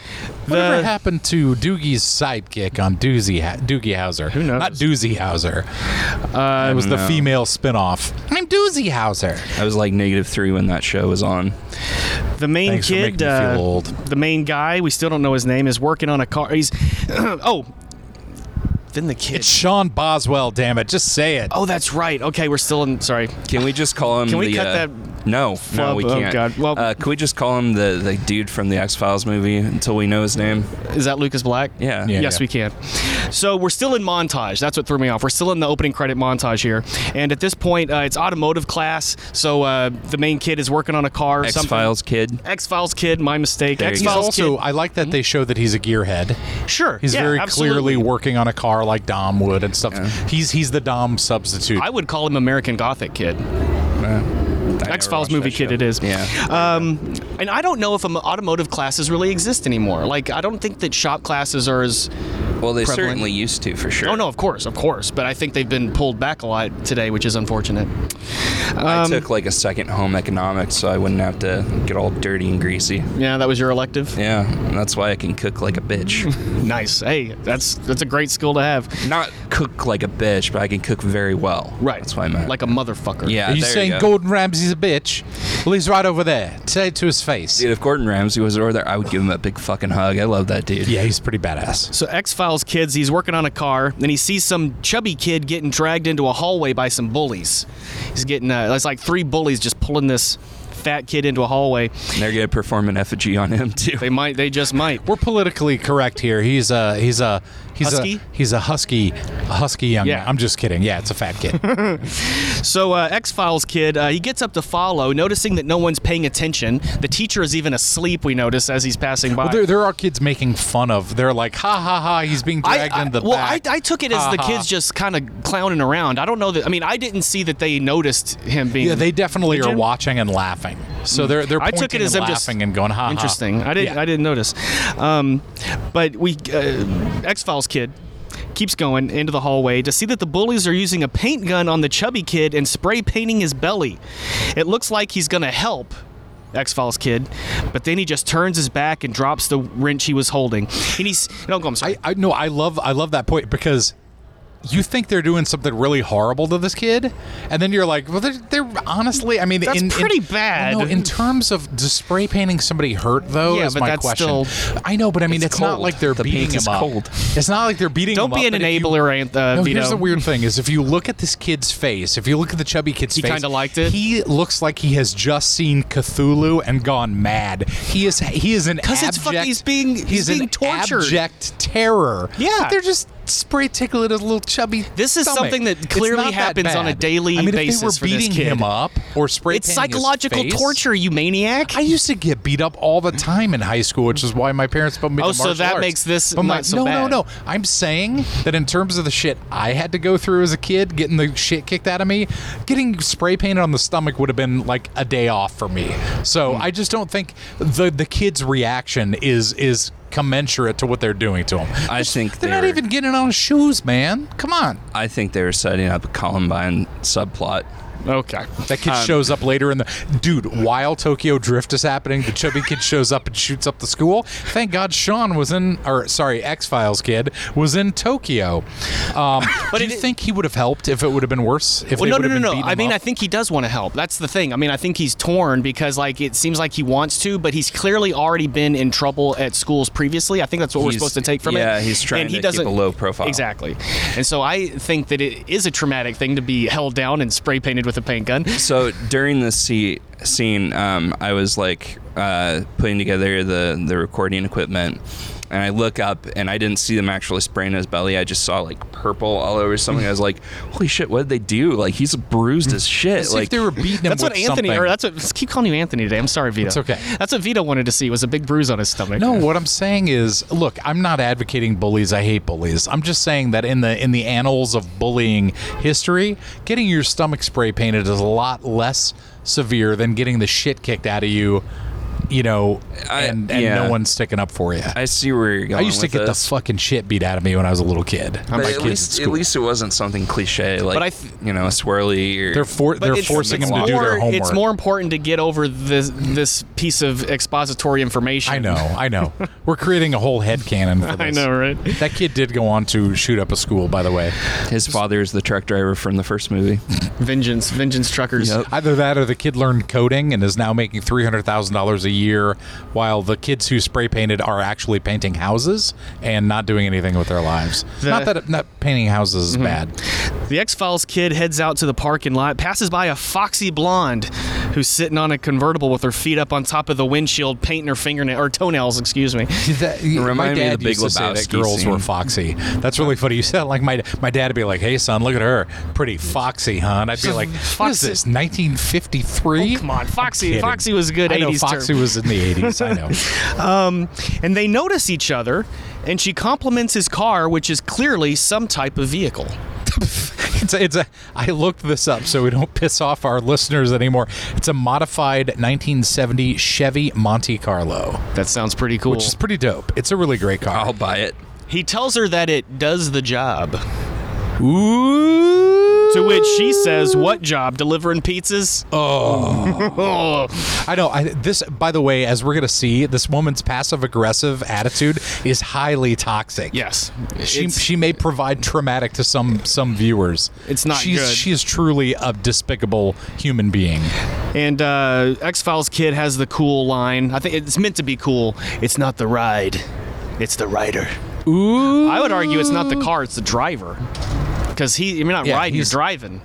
S2: Whatever
S1: The-
S2: happened to Doogie's sidekick on Doozy ha- Doogie Howser? Who
S1: knows?
S2: Not Doozy Howser. Uh, it was the
S3: know.
S2: female spinoff. I'm Doozy Howser.
S3: I was like negative three when that show was on.
S1: The main
S2: Thanks for
S1: kid,
S2: making me
S1: uh,
S2: feel old.
S1: the main guy, we still don't know his name, is working on a car. He's oh, then the kid.
S2: It's Sean Boswell. Damn it! Just say it.
S1: oh, that's right. Okay, we're still in. Sorry,
S3: Can we just call him?
S1: Can we
S3: the,
S1: cut
S3: uh,
S1: that
S3: No, no,
S1: flub?
S3: we
S1: Oh,
S3: can't.
S1: God. Well-
S3: uh, can we just call him the, the dude from the X Files movie until we know his name?
S1: is that Lucas Black?
S3: Yeah.
S2: Yeah.
S1: yes, we can. So we're still in montage. That's what threw me off. We're still in the opening credit montage here, and at this point, uh, it's automotive class. So uh, the main kid is working on a car. or
S3: X
S1: something.
S3: Files kid.
S1: X Files kid. My mistake.
S3: There you
S1: X
S3: go.
S2: He's
S1: Files
S2: also.
S1: kid.
S2: I like that they show that he's a gearhead.
S1: Sure.
S2: He's
S1: yeah,
S2: very
S1: absolutely.
S2: clearly working on a car like Dom would and stuff. He's he's the Dom substitute.
S1: I would call him American Gothic kid. X Files movie kid it is.
S3: Yeah.
S1: Um, and I don't know if um, automotive classes really exist anymore. Like I don't think that shop classes are as.
S3: Well, they
S1: prevalent.
S3: certainly used to for sure.
S1: Oh no, of course, of course. But I think they've been pulled back a lot today, which is unfortunate. um,
S3: I took like a second home economics, so I wouldn't have to get all dirty and greasy.
S1: Yeah, that was your elective.
S3: Yeah, and that's why I can cook like a bitch.
S1: Nice. Hey, that's that's a great skill to have.
S3: Not cook like a bitch, but I can cook very well.
S1: Right.
S3: That's why I meant.
S1: Like a motherfucker.
S3: yeah.
S2: Are you
S3: there
S2: saying
S3: go.
S2: Gordon Ramsay's a bitch? Well, he's right over there. Say it to his face.
S3: Dude, if Gordon Ramsay was over there, I would give him a big fucking hug. I love that dude.
S2: Yeah, he's pretty badass.
S1: So X Files kids, he's working on a car, and he sees some chubby kid getting dragged into a hallway by some bullies. He's getting uh, it's like three bullies just pulling this fat kid into a hallway.
S3: And they're gonna perform an effigy on him too.
S1: They might, they just might.
S2: We're politically correct here. He's a he's a he's
S1: Husky?
S2: a he's a husky a husky young
S1: Yeah.
S2: man. I'm just kidding. Yeah, it's a fat kid.
S1: So uh, X Files kid, uh, he gets up to follow, noticing that no one's paying attention. The teacher is even asleep. We notice as he's passing by.
S2: well, there, there are kids making fun of. They're like, ha ha ha. He's being
S1: I,
S2: dragged
S1: I-
S2: in the
S1: well,
S2: back.
S1: I, I took it as the
S2: Ha, ha.
S1: kids just kind of clowning around. I don't know that. I mean, I didn't see that they noticed him being.
S2: yeah, they definitely
S1: Did
S2: are
S1: you?
S2: watching and laughing. So they're they're
S1: Mm. I
S2: pointing
S1: took it as
S2: and
S1: them just-
S2: laughing and going, ha ha.
S1: Interesting. I didn't.
S2: Uh-huh. Yeah.
S1: I didn't notice. Um, but we uh, X Files kid keeps going into the hallway to see that the bullies are using a paint gun on the chubby kid and spray painting his belly. It looks like he's gonna help. X Files kid, but then he just turns his back and drops the wrench he was holding. And he's no, go. I'm sorry.
S2: I, I no, I love I love that point because you think they're doing something really horrible to this kid, and then you're like, well, they're, they're honestly, I mean,
S1: That's
S2: in, in-
S1: pretty
S2: well,
S1: bad.
S2: no, in terms of does spray painting somebody hurt though?
S1: Yeah,
S2: is
S1: but
S2: my
S1: that's
S2: question.
S1: still-
S2: I know, but I mean,
S3: It's
S2: it's, not
S3: cold.
S2: like they're
S3: The
S2: beating
S3: paint
S2: him
S3: is
S2: up.
S3: cold.
S2: It's not like they're beating.
S1: Don't
S2: him
S1: be
S2: up,
S1: an
S2: but if you-
S1: enabler, Anth- uh,
S2: no,
S1: Vito.
S2: here's the weird thing: is if you look at this kid's face, if you look at the chubby kid's
S1: He
S2: face,
S1: kinda liked it?
S2: He looks like he has just seen Cthulhu and gone mad. He is he is an
S1: 'Cause it's fuck-
S2: abject-
S1: he's being- he's
S2: an
S1: being tortured.
S2: abject terror.
S1: Yeah.
S2: But they're just spray tickling his little chubby.
S1: This is
S2: stomach.
S1: something that
S2: It's
S1: clearly
S2: not that
S1: happens on a
S2: bad.
S1: daily
S2: I mean,
S1: basis
S2: If
S1: for
S2: they were
S1: this
S2: beating
S1: kid.
S2: him up or spray
S1: it's
S2: painting his
S1: psychological
S2: face-
S1: torture, you maniac.
S2: I used to get beat up all the time in high school, which is why my parents put me.
S1: Oh,
S2: to
S1: so
S2: martial
S1: that
S2: arts.
S1: makes this
S2: But my-
S1: not so
S2: no,
S1: bad.
S2: no, no. I'm saying that in terms of the shit I had to go through as a kid, getting the shit kicked out of me, getting spray painted on the stomach would have been like a day off for me. So
S1: Hmm.
S2: I just don't think the the kid's reaction is is commensurate to what they're doing to him.
S3: I think
S2: They're not
S3: they're-
S2: even getting on shoes, man. Come on.
S3: I think they were setting up a Columbine subplot.
S1: okay.
S2: That kid shows up later in the dude. While Tokyo Drift is happening, the chubby kid shows up and shoots up the school. Thank God Sean was in, or sorry, X Files kid was in Tokyo. Um, but do
S1: it-
S2: you think he would have helped if it would have been worse? If
S1: Well,
S2: they
S1: no, no,
S2: would have
S1: no,
S2: been
S1: no.
S2: beating
S1: I
S2: him
S1: mean,
S2: up?
S1: I think he does want to help. That's the thing. I mean, I think he's torn because, like, it seems like he wants to, but he's clearly already been in trouble at schools previously. I think that's what we're
S3: He's-
S1: supposed to take from it.
S3: yeah, he's trying
S1: and he
S3: to keep
S1: doesn't,
S3: a low profile.
S1: Exactly. And so I think that it is a traumatic thing to be held down and spray painted with with a paint gun.
S3: so during this se- scene, um, I was like uh, putting together the the recording equipment, and I look up and I didn't see them actually spraying his belly. I just saw like purple all over something. I was like, "Holy shit! What did they do? Like he's bruised as shit."
S2: As if
S3: Like
S2: they were beating him
S1: That's
S2: with
S1: what Anthony,
S2: something.
S1: or that's what. Just keep calling you Anthony today. I'm sorry, Vito.
S2: It's okay.
S1: That's what Vito wanted to see was a big bruise on his stomach.
S2: No, what I'm saying is, look, I'm not advocating bullies. I hate bullies. I'm just saying that in the in the annals of bullying history, getting your stomach spray painted is a lot less severe than getting the shit kicked out of you, you know,
S3: I-
S2: and, and
S3: yeah.
S2: no one's sticking up for you. I,
S3: I see where you're going.
S2: used to
S3: with
S2: get
S3: this.
S2: the fucking shit beat out of me when I was a little kid.
S3: But
S2: My
S3: at
S2: kids
S3: least,
S2: at
S3: at
S2: school.
S3: least it wasn't something cliche like
S1: I th-
S3: you know, a swirly. Or,
S2: they're for, they're
S1: it's-
S2: forcing
S1: it's
S2: them to do
S1: more-
S2: their homework.
S1: It's more important to get over this this piece of expository information.
S2: I know, I know. We're creating a whole head cannon for
S1: I
S2: this.
S1: know, right?
S2: That kid did go on to shoot up a school, by the way.
S3: his father is the truck driver from the first movie.
S1: Vengeance, vengeance, truckers.
S3: Yep.
S2: Either that or the kid learned coding and is now making $300,000 a year, while the kids who spray painted are actually painting houses and not doing anything with their lives. not that not painting houses
S1: Mm-hmm.
S2: is bad.
S1: The X Files kid heads out to the parking lot, passes by a foxy blonde who's sitting on a convertible with her feet up on top of the windshield, painting her fingernail or toenails, excuse me.
S2: That, my
S3: reminded me of
S2: dad
S3: the Big
S2: used to say that
S3: Lebowski
S2: girls
S3: scene.
S2: were foxy. That's really funny. You said like my my dad would be like, "Hey son, look at her, pretty foxy, huh?" And I'd be like, "What is
S1: foxy. Oh,
S2: this? 1953?
S1: Come on, Foxy.
S2: Kidding.
S1: Foxy was a good
S2: I know
S1: 80s
S2: Foxy
S1: term.
S2: was in the 80s. I know.
S1: And they notice each other, and she compliments his car, which is clearly some type of vehicle.
S2: It's a, it's a. I looked this up so we don't piss off our listeners anymore. It's a modified 1970 Chevy Monte Carlo,
S1: That sounds pretty cool.
S2: which is pretty dope. It's a really great car.
S3: I'll buy it.
S1: he tells her that it does the job.
S2: Ooh.
S1: To which she says, What job? Delivering pizzas? Oh.
S2: I know. I, this, by the way, as we're gonna see, this woman's passive aggressive attitude is highly toxic.
S1: yes.
S2: She,
S1: It's-
S2: she may provide traumatic to some some viewers.
S1: It's not
S2: She's,
S1: good.
S2: She is truly a despicable human being.
S1: And uh, X Files Kid has the cool line. I think it's meant to be cool. It's not the ride, it's the rider.
S2: Ooh.
S1: I would argue it's not the car, it's the driver. Because he, you're not
S2: Yeah,
S1: riding, you're
S2: he's-
S1: driving.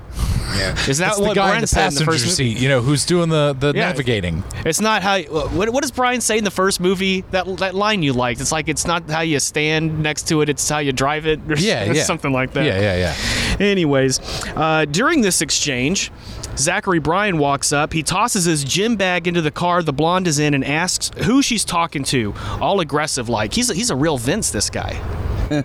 S1: Yeah. Is that
S2: That's
S1: what
S2: the guy
S1: Brian
S2: in the
S1: said in the
S2: passenger
S1: first movie?
S2: seat. You know who's doing the the
S1: Yeah.
S2: navigating.
S1: It's not how. What, what does Brian say in the first movie? That that line you liked. It's like it's not how you stand next to it. It's how you drive it. Or
S2: Yeah, yeah.
S1: something like that.
S2: Yeah, yeah, yeah.
S1: Anyways, uh, during this exchange, Zachary Bryan walks up. He tosses his gym bag into the car the blonde is in and asks who she's talking to, all aggressive like. He's a, he's a real Vince, this guy.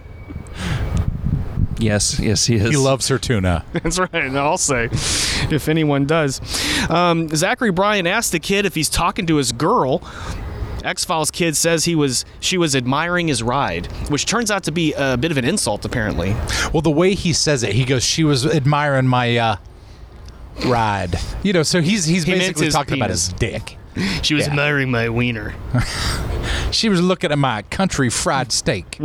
S3: Yes, yes, he is.
S2: He loves her tuna.
S1: That's right. and I'll say, if anyone does. Um, Zachary Bryan asks the kid if he's talking to his girl. X Files kid says he was she was admiring his ride, which turns out to be a bit of an insult, apparently.
S2: well, the way he says it, he goes, "She was admiring my uh, ride." You know, so he's he's
S1: meant
S2: basically
S1: his
S2: talking about
S1: penis.
S2: his dick.
S1: She was
S2: Yeah.
S1: admiring my wiener.
S2: She was looking at my country fried steak.
S1: So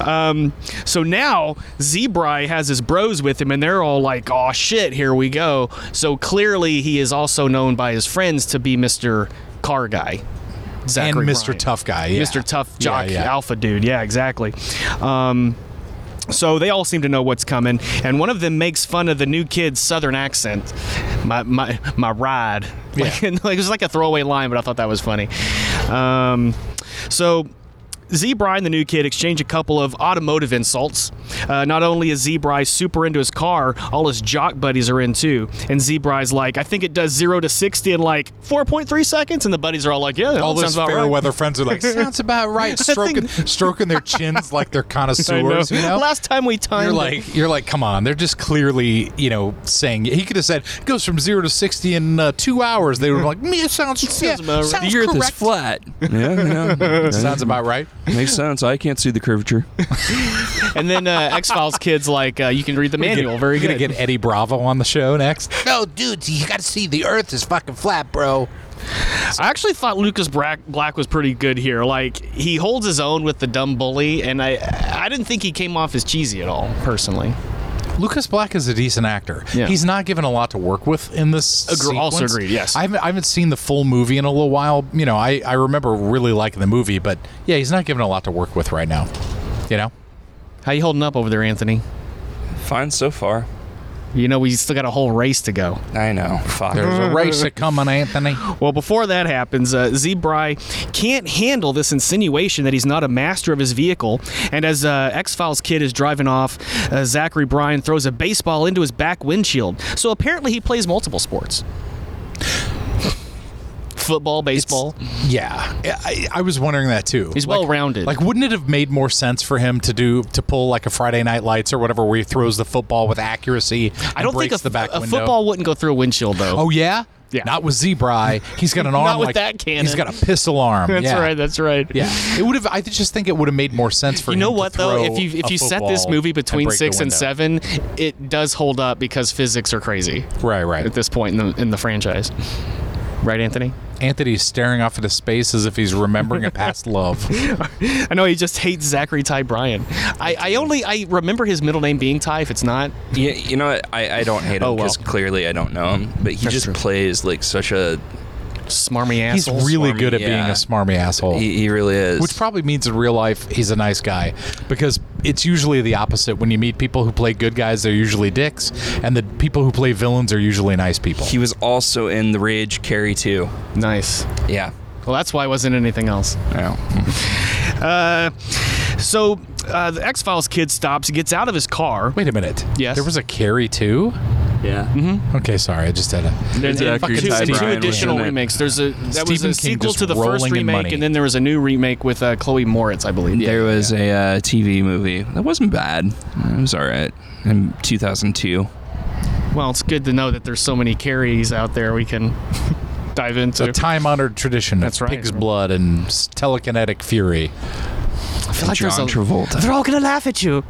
S1: now Zebri has his bros with him, and they're all like, "Oh shit, here we go." So clearly, he is also known by his friends to be Mister Car Guy,
S2: and
S1: Zachary
S2: Mr.
S1: Bryan.
S2: Tough Guy, yeah.
S1: Mr. Tough Jock
S2: Yeah, yeah.
S1: Alpha Dude. Yeah, exactly. Um, so they all seem to know what's coming, and one of them makes fun of the new kid's southern accent. My my my ride. Like,
S2: Yeah.
S1: like, it was like a throwaway line, but I thought that was funny. Um, so. Zebri and the new kid exchange a couple of automotive insults. Uh, not only is Zebri super into his car, all his jock buddies are in too. And Zebri's like, I think it does zero to sixty in like four point three seconds, and the buddies are all like, Yeah, that
S2: All
S1: sounds
S2: those
S1: about
S2: fair
S1: right.
S2: weather friends are like, sounds about right. Stroking, stroking their chins like they're connoisseurs. You know,
S1: Last time we timed
S2: you're
S1: it.
S2: like, you're like, come on. They're just clearly, you know, saying he could have said "It goes from zero to sixty in uh, two hours. They were like, me, it sounds, yeah,
S1: sounds about right.
S2: sounds
S3: the earth is
S2: correct.
S3: flat. Yeah, yeah.
S2: Sounds about right.
S3: Makes sense. I can't see the curvature.
S1: and then uh, X Files kids like uh, you can read the manual. Very
S2: We're
S1: good.
S2: gonna get Eddie Bravo on the show next.
S4: No, dude, you gotta see the earth is fucking flat, bro.
S1: I actually thought Lucas Black, Black was pretty good here. Like he holds his own with the dumb bully, and I I didn't think he came off as cheesy at all personally.
S2: Lucas Black is a decent actor.
S1: Yeah.
S2: He's not given a lot to work with in this.
S1: Agre- also
S2: sequence.
S1: agreed, yes.
S2: I haven't, I haven't seen the full movie in a little while. You know, I, I remember really liking the movie, but yeah, he's not given a lot to work with right now. You know,
S1: How you holding up over there, Anthony?
S3: Fine so far.
S1: You know, we still got a whole race to go.
S3: I know. Fuck.
S2: There's a race a coming, Anthony.
S1: Well, before that happens, uh, Zebrai can't handle this insinuation that he's not a master of his vehicle. And as uh, X Files kid is driving off, uh, Zachary Bryan throws a baseball into his back windshield. So apparently, he plays multiple sports football, baseball.
S2: Yeah, I, I was wondering that too.
S1: He's
S2: Like-
S1: well-rounded.
S2: Like, wouldn't it have made more sense for him to do to pull like a Friday Night Lights or whatever, where he throws the football with accuracy?
S1: I don't think a,
S2: the back
S1: a
S2: window.
S1: football wouldn't go through a windshield, though.
S2: Oh yeah,
S1: Yeah.
S2: Not with Zebrai. He's got an arm.
S1: Not with
S2: like,
S1: that cannon.
S2: He's got a pistol arm.
S1: that's
S2: yeah.
S1: right. That's right.
S2: Yeah, it would have. I just think it would have made more sense for
S1: You know
S2: him to
S1: what though?
S2: throw
S1: If you if
S2: a
S1: you set this
S2: football
S1: movie
S2: and
S1: between
S2: break the
S1: six and
S2: window.
S1: seven, it does hold up because physics are crazy
S2: right,
S1: at
S2: right.
S1: this point in the in the franchise. Right, Anthony?
S2: Anthony's staring off into space as if he's remembering a past love.
S1: I know he just hates Zachary Ty Bryan. I, I only I remember his middle name being Ty. If it's not,
S3: You, you know, what? I, I don't hate
S1: Oh,
S3: him
S1: well.
S3: because clearly I don't know him, but he just
S1: true.
S3: plays like such a.
S1: smarmy
S2: He's
S1: asshole.
S2: really
S3: smarmy,
S2: good at being
S3: yeah.
S2: a smarmy asshole.
S3: He, he really is.
S2: Which probably means in real life he's a nice guy because it's usually the opposite. When you meet people who play good guys, they're usually dicks, and the people who play villains are usually nice people.
S3: he was also in The Rage Carry 2.
S1: nice.
S3: Yeah.
S1: Well, that's why it wasn't anything else.
S3: Wow.
S1: Uh, so uh, the X Files kid stops, gets out of his car.
S2: Wait a minute.
S1: Yes.
S2: There was a carry too? Mm-hmm.
S3: Yeah.
S2: Okay, sorry. I just had a.
S1: There's
S3: Exactly.
S1: fucking
S2: Ty
S1: two,
S2: Bryan
S1: two
S2: was
S1: additional
S3: in it.
S1: remakes. There's a that was
S2: Stephen
S1: a
S2: King
S1: sequel
S2: just
S1: to the first
S2: rolling in
S1: remake,
S2: money.
S1: and then there was a new remake with uh, Chloe Moritz, I believe.
S3: There was a uh, TV movie that wasn't bad. It was all right. In 2002.
S1: Well, it's good to know that there's so many carries out there we can dive into.
S2: A time-honored tradition
S1: That's
S2: of
S1: right.
S2: pig's blood and s- telekinetic fury.
S1: I feel like there's
S3: John
S1: a-
S3: Travolta.
S1: They're all gonna laugh at you.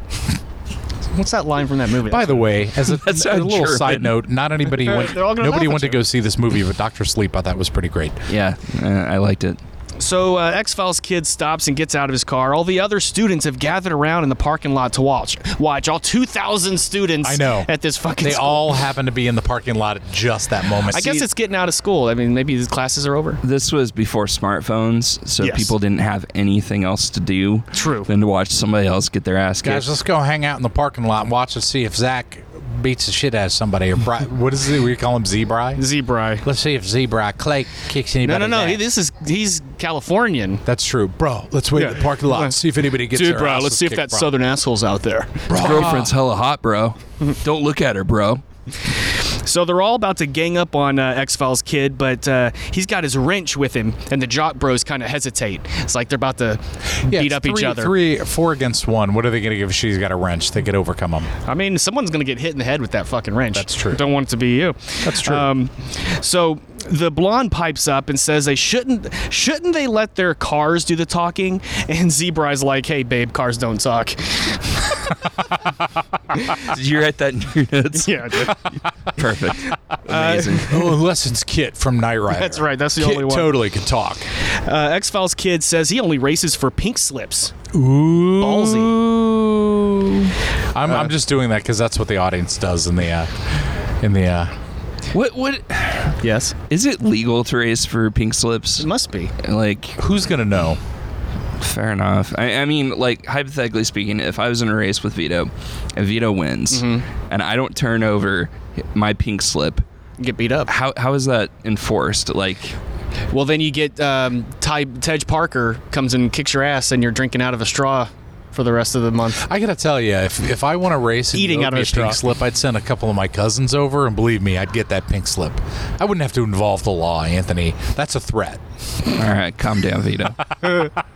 S1: What's that line from that movie?
S2: By the way, as a,
S3: That's
S2: a
S3: a
S2: little
S3: German.
S2: side note, not anybody went.
S1: They're all gonna
S2: Nobody
S1: laugh at
S2: went to
S1: you.
S2: go see this movie, but Doctor Sleep I thought was pretty great.
S3: Yeah, uh, I liked it.
S1: So uh, X Files kid stops and gets out of his car. All the other students have gathered around in the parking lot to watch. Watch all 2,000 students.
S2: I know.
S1: At this fucking.
S2: They
S1: school.
S2: all happen to be in the parking lot at just that moment.
S1: I guess it's getting out of school. I mean, maybe the classes are over.
S3: This was before smartphones, so
S1: Yes.
S3: people didn't have anything else to do.
S1: True.
S3: Than to watch somebody else get their ass
S2: Guys,
S3: kicked.
S2: let's go hang out in the parking lot and watch and see if Zach beats the shit out of somebody. Or Bri- what is it? We call him Zebri.
S1: Zebra.
S2: Let's see if Zebri Clay kicks
S1: No,
S2: anybody.
S1: no, no.
S2: ass.
S1: He, this is he's Californian.
S2: That's true, bro. Let's wait in the parking lot and see if anybody gets. their asses kicked, bro.
S1: asshole's out there.
S3: His girlfriend's hella hot, bro. Don't look at her, bro.
S1: So they're all about to gang up on uh, X Files kid, but uh, he's got his wrench with him, and the Jock Bros kind of hesitate. It's like they're about to
S2: Yeah,
S1: beat
S2: it's
S1: up
S2: three,
S1: each other.
S2: Three, four against one. What are they going to give? if She's got a wrench. They could overcome them.
S1: I mean, someone's going to get hit in the head with that fucking wrench.
S2: That's true.
S1: Don't want it to be you. Um,
S2: That's true.
S1: so the blonde pipes up and says they shouldn't shouldn't they let their cars do the talking? And Zebra's like, "Hey, babe, cars don't talk."
S3: Did you write that in your notes? Uh,
S1: yeah, dude.
S3: Perfect. Amazing.
S2: oh, unless it's Kit from Night Rider.
S1: That's right, that's the
S2: Kit
S1: only one.
S2: Totally could talk.
S1: uh, X Files kid says he only races for pink slips.
S2: Ooh.
S1: Ballsy.
S2: I'm,
S1: Uh,
S2: I'm just doing that because that's what the audience does in the uh, in the uh,
S3: what? What?
S1: Yes,
S3: Is it legal to race for pink slips?
S1: it must be.
S3: Like,
S2: who's gonna know
S3: fair enough. I, I mean, like, hypothetically speaking, if I was in a race with Vito, and Vito wins, and I don't turn over my pink slip,
S1: Get beat up.
S3: how how is that enforced? Like,
S1: Well, then you get um, Ty Tej Parker comes and kicks your ass, and you're drinking out of a straw for the rest of the month.
S2: i gotta tell you if, if i want to race and
S1: Eating
S2: you
S1: out of
S2: owe me
S1: a straw.
S2: pink slip i'd send a couple of my cousins over and believe me i'd get that pink slip i wouldn't have to involve the law anthony that's a threat
S3: all right, calm down, Vito.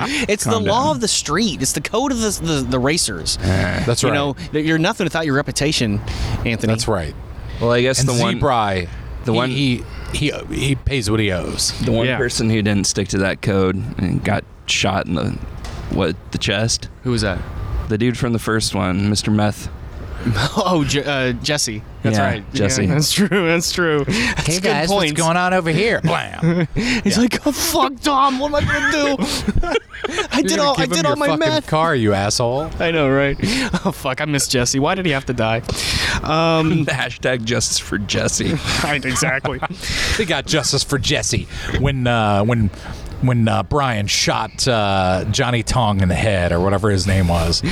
S1: It's the
S3: Calm
S1: law
S3: down.
S1: of the street. It's the code of the the, the racers.
S2: that's
S1: you
S2: right
S1: know, that you're nothing without your reputation, Anthony.
S2: that's right
S3: Well, I guess
S2: and
S3: the one
S2: Zebri,
S3: the
S2: he-
S3: one-
S2: he, he he pays what he owes
S3: the one
S1: Yeah.
S3: person who didn't stick to that code and got shot in the what the chest.
S1: Who was that?
S3: The dude from the first one, Mr. Meth.
S1: Oh, Je- uh, Jesse. That's
S3: Yeah,
S1: right.
S3: Jesse.
S1: Yeah, that's true. That's true. That's
S4: Hey
S1: good
S4: guys, what's
S1: points.
S4: going on over here?
S2: blam
S1: He's like, oh, fuck, Dom. What am I gonna do? I did
S2: You're gonna
S1: all. I
S2: give him
S1: did all
S2: your
S1: my
S2: fucking
S1: math.
S2: car you asshole
S1: I know, right? Oh fuck, I miss Jesse. Why did he have to die? Um,
S3: Hashtag justice for Jesse.
S1: right, exactly.
S2: they got justice for jesse when uh when when uh, Brian shot uh, Johnny Tong in the head or whatever his name was.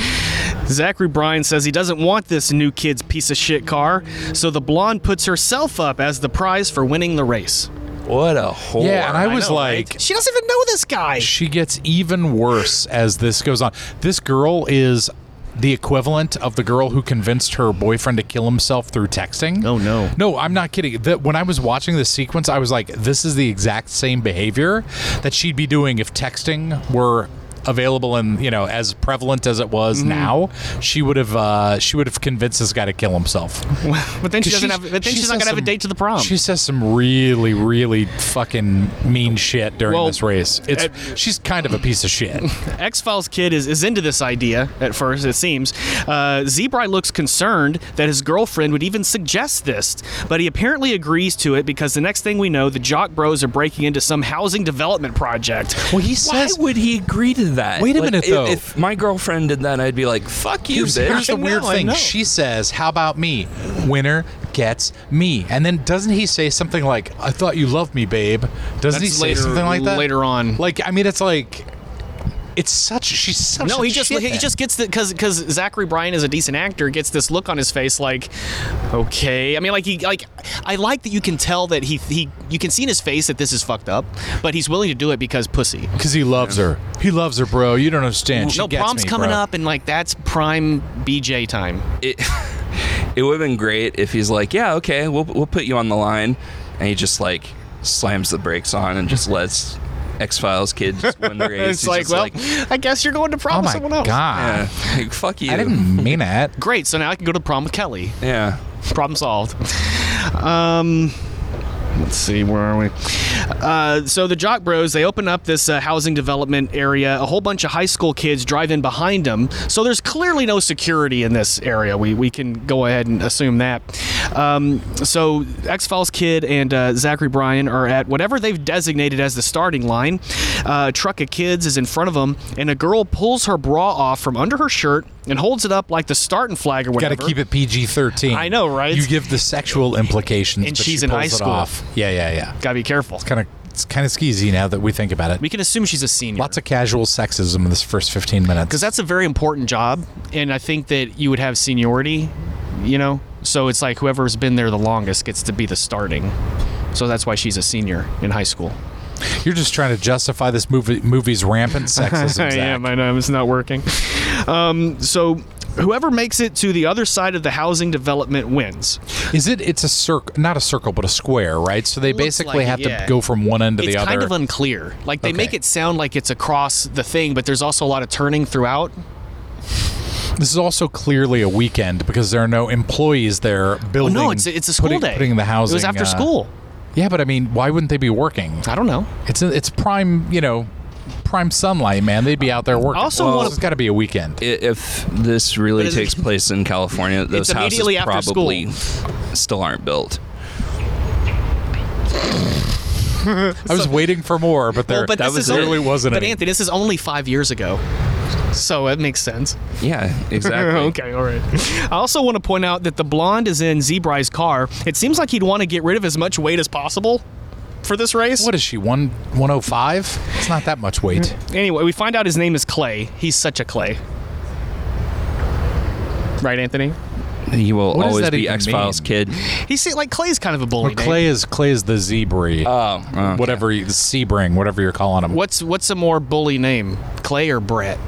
S1: Zachary Bryan says he doesn't want this new kid's piece of shit car, so the blonde puts herself up as the prize for winning the race.
S3: What a whore.
S2: yeah, and I was
S1: know,
S2: like,
S1: right? she doesn't even know this guy.
S2: she gets even worse as this goes on. This girl is the equivalent of the girl who convinced her boyfriend to kill himself through texting.
S1: Oh, no.
S2: No, I'm not kidding. The, when I was watching this sequence, I was like, this is the exact same behavior that she'd be doing if texting were available and you know as prevalent as it was
S1: Mm-hmm.
S2: now she would have uh she would have convinced this guy to kill himself
S1: But then she doesn't have. But then
S2: she
S1: she's not
S2: says
S1: gonna have a
S2: some-
S1: date to the prom.
S2: She says some really, really fucking mean shit during
S1: Well,
S2: this race. It's
S1: uh,
S2: she's kind of a piece of shit.
S1: X Files kid is, is into this idea at first, it seems. Uh, Zebrai looks concerned that his girlfriend would even suggest this, but he apparently agrees to it because the next thing we know, the Jock Bros are breaking into some housing development project.
S2: Well, he
S3: Why
S2: says.
S3: would he agree to that?
S2: Wait a
S3: Like,
S2: minute,
S3: if-
S2: though.
S3: If my girlfriend did that, I'd be like, "Fuck you,
S2: Here's, here's
S3: bitch."
S2: the
S1: I
S2: weird
S1: know, I
S2: thing.
S1: know.
S2: She says, "How about me? Winner gets me." And then doesn't he say something like, "I thought you loved me, babe"? Doesn't he
S1: That's
S2: say
S1: later-
S2: something like that
S1: later on.
S2: Like, I mean, it's like, it's such. She's such.
S1: No,
S2: a
S1: he just he
S2: shithead.
S1: just gets the because because Zachary Bryan is a decent actor gets this look on his face like, okay. I mean, like he like I like that you can tell that he he you can see in his face that this is fucked up, but he's willing to do it because pussy.
S2: because he loves her. He loves her, bro. You don't understand. She
S1: no,
S2: gets
S1: prom's
S2: me,
S1: coming
S2: bro.
S1: up, and like that's prime BJ time.
S3: It, it would have been great if he's like, "Yeah, okay, we'll we'll put you on the line," and he just like slams the brakes on and just lets X Files kid just win the race.
S1: It's
S3: He's
S1: like,
S3: just
S1: well, I guess you're going to prom
S2: Oh
S1: with
S2: my
S1: someone else.
S2: god.
S3: yeah, like, fuck you.
S2: I didn't mean it.
S1: Great, so now I can go to prom with Kelly.
S3: Yeah.
S1: Problem solved. Um, let's see, where are we? Uh, so the Jock Bros, they open up this uh, housing development area. A whole bunch of high school kids drive in behind them. So there's clearly no security in this area. We, we can go ahead and assume that. Um, so X Files Kid and uh, Zachary Bryan are at whatever they've designated as the starting line. Uh, a truck of kids is in front of them, and a girl pulls her bra off from under her shirt and holds it up like the starting flag or whatever.
S2: Got to keep it PG thirteen.
S1: I know, right?
S2: You give the sexual implications,
S1: And
S2: but
S1: she's
S2: she
S1: in high
S2: pulls it
S1: school.
S2: Off. Yeah, yeah, yeah.
S1: Gotta be careful.
S2: Kind of, it's kind of skeezy now that we think about it.
S1: We can assume she's a senior.
S2: Lots of casual sexism in this first fifteen minutes.
S1: because that's a very important job, and I think that you would have seniority, you know. So it's like whoever's been there the longest gets to be the starting. So that's why she's a senior in high school.
S2: you're just trying to justify this movie movie's rampant sexism. Zach.
S1: I know it's not working. Um, so whoever makes it to the other side of the housing development wins.
S2: Is it? It's a circle, not a circle, but a square, right? So they
S1: Looks like
S2: basically
S1: it,
S2: have to
S1: yeah.
S2: go from one end to
S1: It's
S2: the other.
S1: kind of unclear. Like they make
S2: Okay.
S1: it sound like it's across the thing, but there's also a lot of turning throughout.
S2: this is also clearly a weekend because there are no employees there building.
S1: Oh, no, it's it's a school
S2: putting,
S1: day.
S2: Putting the housing.
S1: It was after
S2: uh,
S1: school.
S2: Yeah, but I mean, why wouldn't they be working?
S1: I don't know.
S2: It's it's prime, you know, prime sunlight, man. They'd be out there working.
S1: Also
S2: Well,
S1: wanna-
S2: it's got to be a weekend.
S3: I- If this really
S1: But it's-
S3: takes place in California, those houses
S1: immediately after school.
S3: probably still aren't built.
S2: I was waiting for more, but there
S1: Well, but
S3: that
S1: this
S3: was
S1: is only-
S2: literally wasn't
S1: But
S2: any.
S1: Anthony, this is only five years ago, so it makes sense.
S3: Yeah,
S2: Oh,
S3: exactly.
S1: Okay, all right. I also want to point out that the blonde is in Zebrai's car. It seems like he'd want to get rid of as much weight as possible for this race.
S2: what is she? One one oh five? It's not that much weight.
S1: Anyway, we find out his name is Clay. He's such a Clay. Right, Anthony?
S3: He will
S2: What does
S3: always
S2: that
S3: be
S2: even
S3: X Files
S2: mean?
S3: kid.
S1: He seems like Clay's kind of a bully.
S2: Or Clay is Clay is the zebra,
S3: Oh, okay.
S2: Uh, whatever you- Sebring, whatever you're calling him.
S1: What's what's a more bully name, Clay or Brett?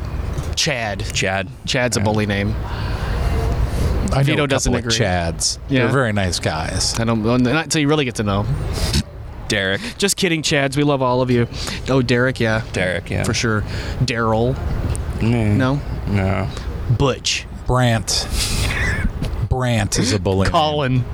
S1: Chad.
S3: Chad.
S1: Chad's a bully name.
S2: I know
S1: Vito
S2: a couple
S1: doesn't
S2: of
S1: agree.
S2: Chads.
S1: Yeah.
S2: They're very nice guys.
S1: I don't not until you really get to know. 'em.
S3: Derek.
S1: Just kidding, Chads. We love all of you. Oh, Derek, yeah.
S3: Derek, yeah.
S1: for sure. Daryl, no.
S3: No.
S1: Butch,
S2: Brant. Brant is a bully. name.
S1: Colin,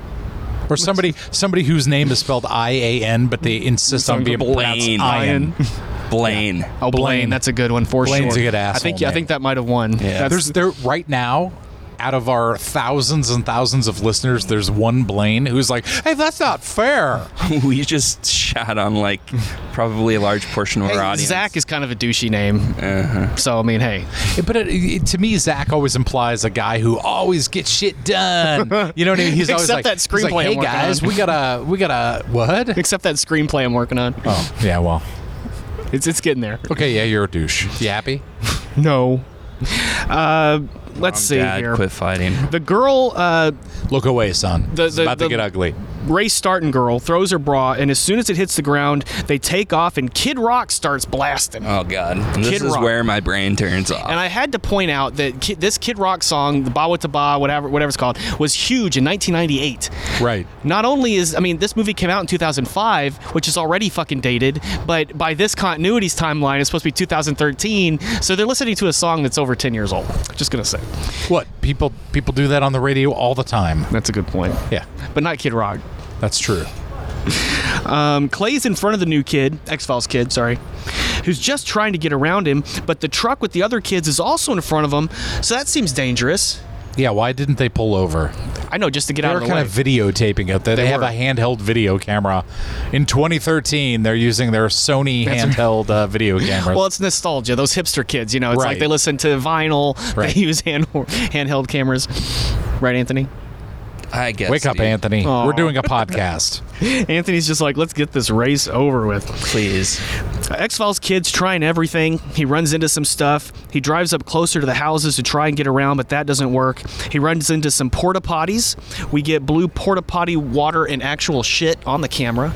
S2: Or somebody somebody whose name is spelled I A N, but they insist on being pronounced
S3: Blaine.
S2: Ian.
S3: Blaine.
S1: Oh, Blaine.
S2: Blaine.
S1: That's a good one for
S2: Blaine's
S1: sure.
S2: a good
S1: I think
S2: asshole
S1: I think
S2: name.
S1: that might have won.
S3: Yeah.
S2: There's there right now. Out of our thousands and thousands of listeners, there's one Blaine who's like, "Hey, that's not fair."
S3: we just shot on like probably a large portion of our
S1: Hey,
S3: audience.
S1: Zach is kind of a douchey name. So I mean, hey,
S2: But it, it, to me, Zach always implies a guy who always gets shit done. You know what I mean? He's always
S1: Except
S2: like,
S1: that
S2: he's like,
S1: screenplay I'm
S2: Hey
S1: working
S2: guys,
S1: on."
S2: we gotta, we gotta what?
S1: except that screenplay I'm working on.
S2: Oh yeah, Oh, well,
S1: It's it's getting there.
S2: Okay, yeah, you're a douche. You happy?
S1: No. Uh, let's see
S3: Dad,
S1: here.
S3: quit fighting.
S1: The girl, uh,
S2: Look away, son.
S1: The-
S2: it's
S1: the-
S2: about
S1: the-
S2: to get ugly.
S1: race starting girl, throws her bra, and as soon as it hits the ground, they take off, and Kid Rock starts blasting.
S3: Oh God, this
S1: Kid
S3: is
S1: Rock.
S3: where my brain turns off.
S1: And I had to point out that Kid, this Kid Rock song, the Ba Wa Ta Ba, whatever, whatever it's called, was huge in 1998.
S2: Right.
S1: Not only is, I mean, this movie came out in 2005, which is already fucking dated, but by this continuity's timeline, it's supposed to be 2013. So they're listening to a song that's over 10 years old. Just gonna say.
S2: What people people do that on the radio all the time.
S1: That's a good point.
S2: Yeah,
S1: But not Kid Rock.
S2: that's true.
S1: Um, Clay's in front of the new kid, X Files kid, sorry, who's just trying to get around him, but the truck with the other kids is also in front of him, so that seems dangerous.
S2: Yeah, why didn't they pull over?
S1: I know, just to get
S2: They
S1: out
S2: were
S1: of the
S2: kind
S1: way.
S2: of videotaping it. They, they have
S1: were.
S2: a handheld video camera. In 2013, they're using their Sony handheld uh, video camera.
S1: well, it's nostalgia. Those hipster kids, you know, it's like
S2: Right.
S1: they listen to vinyl,
S2: Right.
S1: they use hand, handheld cameras. Right, Anthony?
S3: I guess.
S2: Wake up,
S3: dude.
S2: Anthony.
S1: Aw.
S2: We're doing a podcast.
S1: Anthony's just like, let's get this race over with.
S3: Please.
S1: X Files kid's trying everything. He runs into some stuff. He drives up closer to the houses to try and get around, but that doesn't work. He runs into some porta potties. We get blue porta potty water and actual shit on the camera.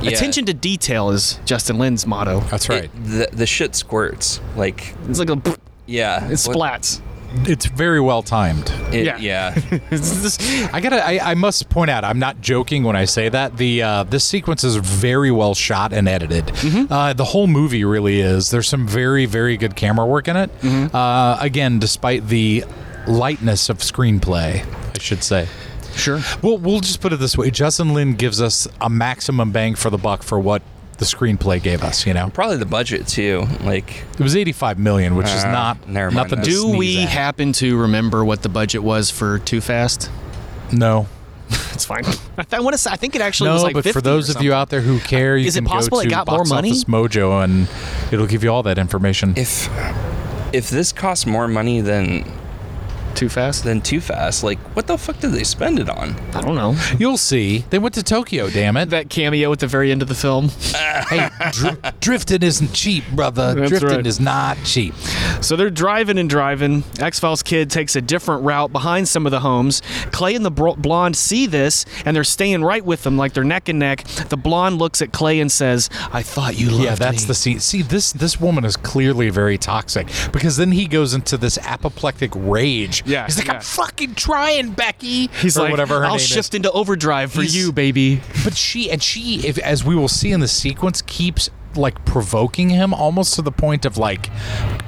S3: Yeah.
S1: Attention to detail is Justin Lin's motto.
S2: That's
S3: It-
S2: right.
S3: the, the shit squirts. Like,
S1: It's like a
S3: yeah.
S1: it
S3: What-
S1: splats.
S2: it's very well timed.
S3: it-
S1: Yeah.
S3: yeah.
S1: It's this-
S2: I gotta. I, I must point out. I'm not joking when I say that. The uh, this sequence is very well shot and edited.
S1: Mm-hmm.
S2: Uh, the whole movie really is. There's some very very good camera work in it.
S1: Mm-hmm.
S2: Uh, again, despite the lightness of screenplay, I should say.
S1: sure.
S2: Well, we'll just put it this way: Justin Lin gives us a maximum bang for the buck for what the screenplay gave us. You know,
S3: Probably the budget too. Like,
S2: it was 85 million, which is
S3: Uh,
S2: not
S3: never mind.
S2: nothing. to
S3: Do
S1: Do
S2: sneeze
S1: we
S2: at.
S1: happen to remember what the budget was for Too Fast?
S2: no?
S1: It's fine. I, th- I want to. Say, I think it actually
S2: No,
S1: was like
S2: but
S1: 50
S2: for
S1: or
S2: those of you
S1: something.
S2: out there who care, you
S1: Is it
S2: can
S1: possible
S2: go
S1: it
S2: to
S1: got more
S2: Box
S1: money?
S2: Office Mojo, and it'll give you all that information.
S3: if if this costs more money than
S1: Too Fast.
S3: than Too Fast, like, what the fuck did they spend it on?
S1: I don't know.
S2: You'll see. They went to Tokyo. Damn it!
S1: That cameo at the very end of the film.
S2: hey, dr- drifting isn't cheap, brother.
S1: That's
S2: drifting
S1: right.
S2: is not cheap.
S1: So they're driving and driving. X Files kid takes a different route behind some of the homes. Clay and the bro- blonde see this, and they're staying right with them, like they're neck and neck. The blonde looks at Clay and says, "I thought you loved
S2: Yeah, that's
S1: me."
S2: the scene. See, this this woman is clearly very toxic because then he goes into this apoplectic rage.
S1: Yeah,
S2: he's like,
S1: yeah.
S2: I'm fucking trying, Becky.
S1: He's
S2: or
S1: like,
S2: whatever her
S1: "I'll
S2: name
S1: shift
S2: is.
S1: into overdrive for
S2: He's-
S1: you, baby."
S2: But she and she, if, as we will see in the sequence, keeps like provoking him almost to the point of like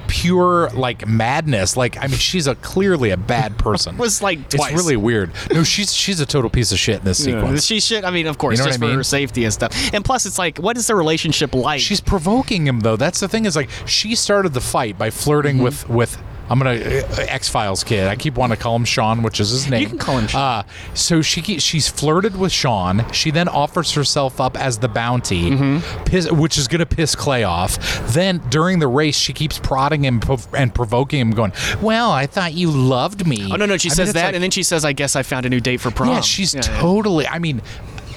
S2: pure like madness. Like, I mean, she's a clearly a bad person.
S1: Was like twice.
S2: It's really weird. No, she's she's a total piece of shit in this
S1: Yeah,
S2: sequence.
S1: She should. I mean, of course,
S2: You know what
S1: just
S2: I mean?
S1: for her safety and stuff. And plus, it's like, what is the relationship like?
S2: She's provoking him though. That's the thing is like she started the fight by
S1: Mm-hmm.
S2: flirting with with I'm gonna uh, X Files kid. I keep wanting to call him Sean, which is his name.
S1: can call him Sean.
S2: Uh, so she ke- she's flirted with Sean. She then offers herself up as the bounty,
S1: Mm-hmm.
S2: piss, which is gonna piss Clay off. Then during the race, she keeps prodding him prov- and provoking him, going, "Well, I thought you loved me."
S1: oh no, no. She says that, and then she says, "I guess I found a new date for prom."
S2: Yeah, she's
S1: Yeah, yeah.
S2: totally. I mean,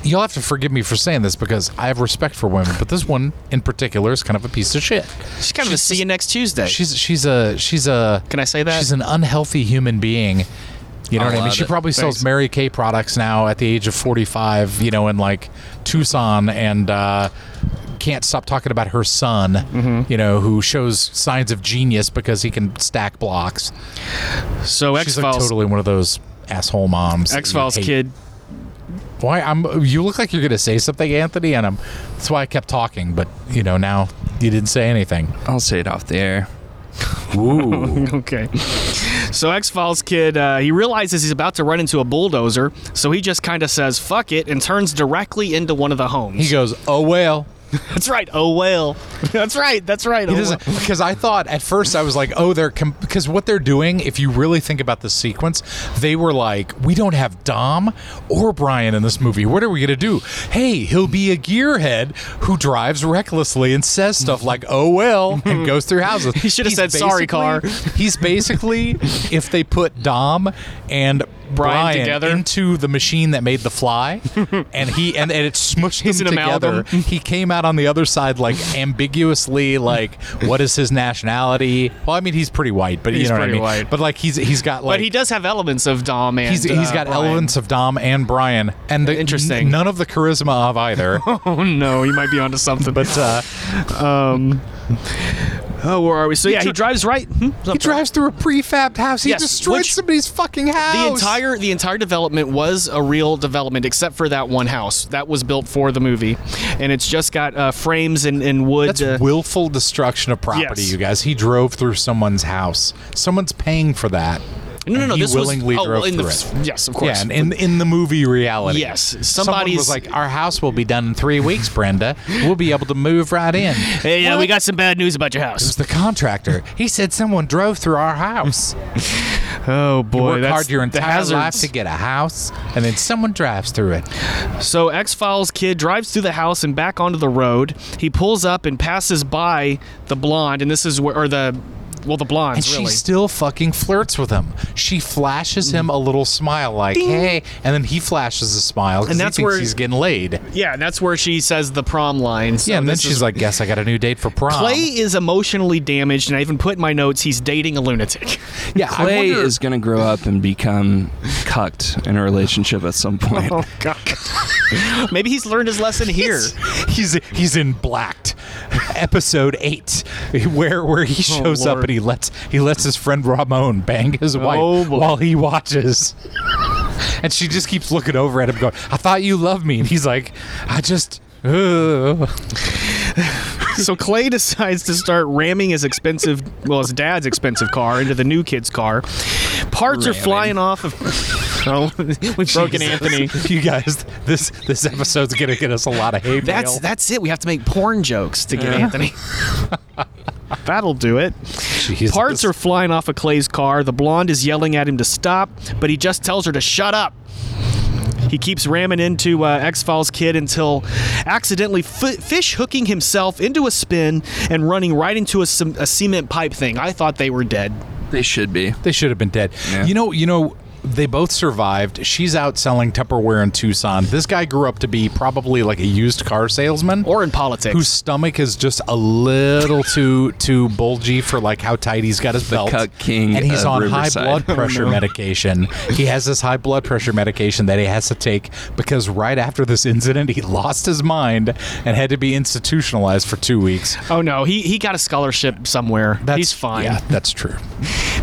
S2: you'll have to forgive me for saying this because I have respect for women, but this one in particular is kind of a piece of shit.
S1: She's kind of a see you next Tuesday.
S2: She's she's a she's a.
S1: Can I say that?
S2: She's an unhealthy human being. You know what I
S3: I'll
S2: mean?
S3: allow
S2: She
S3: that.
S2: probably
S1: Thanks.
S2: sells Mary Kay products now at the age of 45, you know, in like Tucson and uh, can't stop talking about her son,
S1: Mm-hmm.
S2: you know, who shows signs of genius because he can stack blocks.
S1: so X
S2: She's like
S1: Files.
S2: totally one of those asshole moms. that you
S1: X Files
S2: hate.
S1: kid
S2: Why I'm you look like you're gonna say something, Anthony, and I'm that's why I kept talking, but you know, now you didn't say anything.
S3: I'll say it off the air.
S2: Ooh.
S1: Okay. So X Files kid, uh, he realizes he's about to run into a bulldozer, so he just kind of says "fuck it" and turns directly into one of the homes.
S2: he goes, Oh well.
S1: that's right. Oh well. That's right. That's right. Oh,
S2: It is
S1: well.
S2: because I thought at first I was like, oh, they're because what they're doing. If you really think about the sequence, they were like, we don't have Dom or Brian in this movie. What are we gonna do? Hey, he'll be a gearhead who drives recklessly and says stuff like, oh well, and goes through houses. he
S1: should have said, "Sorry, car."
S2: He's basically if they put Dom and
S1: Brian together?
S2: into the machine that made the fly, and he and, and it smushed
S1: He's
S2: them
S1: an
S2: together.
S1: amalgam.
S2: He came out on the other side like ambiguously, like what is his nationality? Well, I mean he's pretty white, but
S1: He's
S2: you know what I
S1: pretty
S2: mean.
S1: white.
S2: But like he's he's got like
S1: but he does have elements of Dom and
S2: he's he's
S1: uh,
S2: got
S1: Brian.
S2: elements of Dom and Brian, and the,
S1: Interesting.
S2: n- none of the charisma of either.
S1: Oh no, you might be onto something. Um,
S2: but uh,
S1: oh, where are we? So yeah, he
S2: dri-
S1: drives right. Hmm?
S2: he drives through a prefabbed house. He
S1: Yes,
S2: destroyed
S1: which-
S2: somebody's fucking house.
S1: The entire the entire development was a real development, except for that one house that was built for the movie, and it's just got uh, frames and, and wood.
S2: That's
S1: uh,
S2: willful destruction of property,
S1: Yes.
S2: you guys. He drove through someone's house. Someone's paying for that.
S1: no, no,
S2: and
S1: no.
S2: He
S1: This was,
S2: willingly
S1: oh,
S2: drove
S1: well, in
S2: through
S1: the,
S2: it.
S1: Yes, of
S2: Yeah,
S1: course.
S2: and in, in the movie reality.
S1: Yes,
S2: Someone
S1: somebody's-
S2: was like, "Our house will be done in three weeks, Brenda. We'll be able to move right in."
S1: hey, yeah,
S2: What?
S1: we got some bad news about your
S2: It was
S1: house.
S2: the contractor. He said someone drove through our house.
S1: Oh boy,
S2: Work hard your
S1: the
S2: entire life
S1: hazards.
S2: to get a house, and then someone drives through it.
S1: So X Files kid drives through the house and back onto the road. He pulls up and passes by the blonde, and this is where, or the, well, the blondes
S2: And she
S1: really.
S2: still fucking flirts with him. She flashes him a little smile, like "Hey," and then he flashes a smile because
S1: And
S2: he
S1: that's
S2: thinks
S1: where-
S2: he's getting laid.
S1: yeah, and that's where she says the prom line. So
S2: yeah, and then
S1: this
S2: she's
S1: is-
S2: like, "Guess I got a new date for prom."
S1: Clay is emotionally damaged, and I even put in my notes he's dating a lunatic.
S2: yeah, I
S3: Clay
S2: wonder-
S3: is going to grow up and become cucked in a relationship at some point.
S2: Oh.
S1: God. Maybe he's learned his lesson here.
S2: He's he's in blacked, episode eight, where where he shows up
S1: Oh, Lord.
S2: and he lets he lets his friend Ramon bang his wife
S1: Oh, boy.
S2: while he watches, and she just keeps looking over at him, going, "I thought you loved me," and he's like, "I just." Ugh.
S1: So Clay decides to start ramming his expensive, well, his dad's expensive car into the new kid's car. Parts are
S3: Ramming.
S1: flying off of. Oh, we've broken Anthony.
S2: you guys, this this episode's gonna get us a lot of hate
S1: That's
S2: mail.
S1: that's it. We have to make porn jokes to get
S3: Yeah.
S1: Anthony. That'll do it.
S2: Jesus.
S1: Parts are flying off of Clay's car. The blonde is yelling at him to stop, but he just tells her to shut up. He keeps ramming into uh, X Files kid until accidentally fi fish hooking himself into a spin and running right into a, cem- a cement pipe thing. I thought they were dead.
S3: They should be.
S2: They should have been dead.
S3: Yeah.
S2: You know, you know, they both survived. She's out selling Tupperware in Tucson. This guy grew up to be probably like a used car salesman.
S1: Or in politics.
S2: whose stomach is just a little too too bulgy for like how tight he's got his belt.
S3: cuck king
S2: and he's
S3: of
S2: on high
S3: Riverside.
S2: blood
S3: Oh,
S2: pressure medication. He has this high blood pressure medication that he has to take because right after this incident he lost his mind and had to be institutionalized for 2 weeks.
S1: oh no, he, he got a scholarship somewhere.
S2: That's
S1: He's fine.
S2: Yeah, that's true.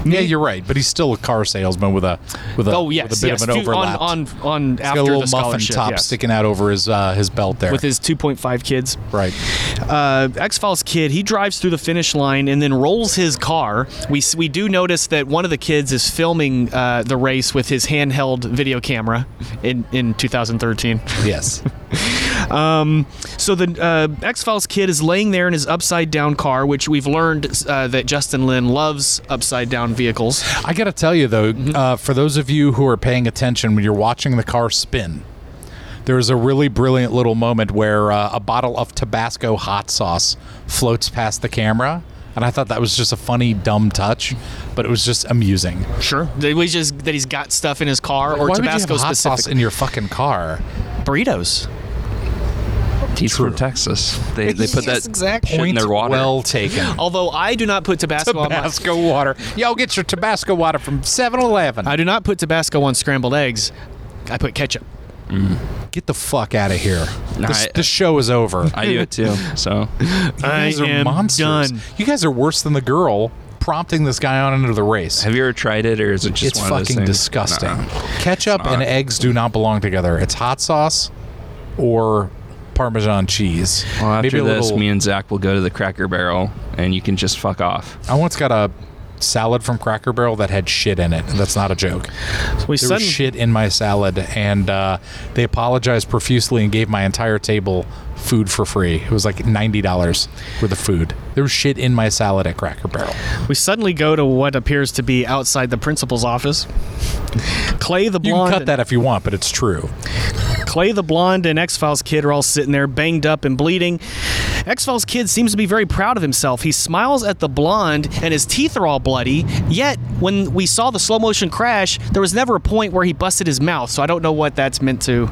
S2: yeah, you're right, but he's still a car salesman with a with a
S1: Oh yes,
S2: with a bit
S1: yes.
S2: of an
S1: Dude,
S2: overlap.
S1: on on, on
S2: He's
S1: after
S2: got a little
S1: the
S2: muffin
S1: scholarship
S2: top
S1: yes.
S2: sticking out over his uh, his belt there.
S1: with his 2.5 kids.
S2: right.
S1: uh, X Files kid, he drives through the finish line and then rolls his car. We s- we do notice that one of the kids is filming uh, the race with his handheld video camera in in 2013.
S2: Yes.
S1: So the uh, X Files kid is laying there in his upside down car, which we've learned uh, that Justin Lin loves upside down vehicles.
S2: I got to tell you though, uh, for those of you who are paying attention when you're watching the car spin, there's a really brilliant little moment where uh, a bottle of Tabasco hot sauce floats past the camera. And I thought that was just a funny, dumb touch, but it was just amusing.
S1: Sure, that we just that he's got stuff in his car or
S2: Why would
S1: Tabasco
S2: you have hot sauce
S1: specific
S2: in your fucking car?
S1: burritos.
S3: He's from Texas. They, they put that shit in
S2: Point
S3: their water.
S2: well taken.
S1: Although I do not put Tabasco, on my,
S2: Tabasco water. Y'all get your Tabasco water from 7-Eleven.
S1: I do not put Tabasco on scrambled eggs. I put ketchup.
S2: Get the fuck out of here.
S3: Nah,
S2: This,
S3: I-
S2: this show is over.
S3: I do it too. So
S1: I
S2: You guys are
S1: am
S2: monsters.
S1: done.
S2: You guys are worse than the girl prompting this guy on into the race.
S3: have you ever tried it, or is it just
S2: it's
S3: one of those
S2: fucking
S3: things?
S2: disgusting.
S3: Nah.
S2: Ketchup
S3: It's not.
S2: and eggs do not belong together. It's hot sauce or Parmesan cheese.
S3: Well, after
S2: Maybe a
S3: this,
S2: little.
S3: me and Zach will go to the Cracker Barrel, and you can just fuck off.
S2: I once got a salad from Cracker Barrel that had shit in it. and That's not a joke.
S1: We
S2: There was
S1: sudden-
S2: shit in my salad, and uh, they apologized profusely and gave my entire table food for free. It was like ninety dollars worth of food. There was shit in my salad at Cracker Barrel.
S1: We suddenly go to what appears to be outside the principal's office. Clay the
S2: You can
S1: blonde,
S2: cut that if you want, but it's true.
S1: Clay the blonde, and X Files kid are all sitting there, banged up and bleeding. X Files kid seems to be very proud of himself. He smiles at the blonde, and his teeth are all bloody. Yet, when we saw the slow motion crash, there was never a point where he busted his mouth. So I don't know what that's meant to.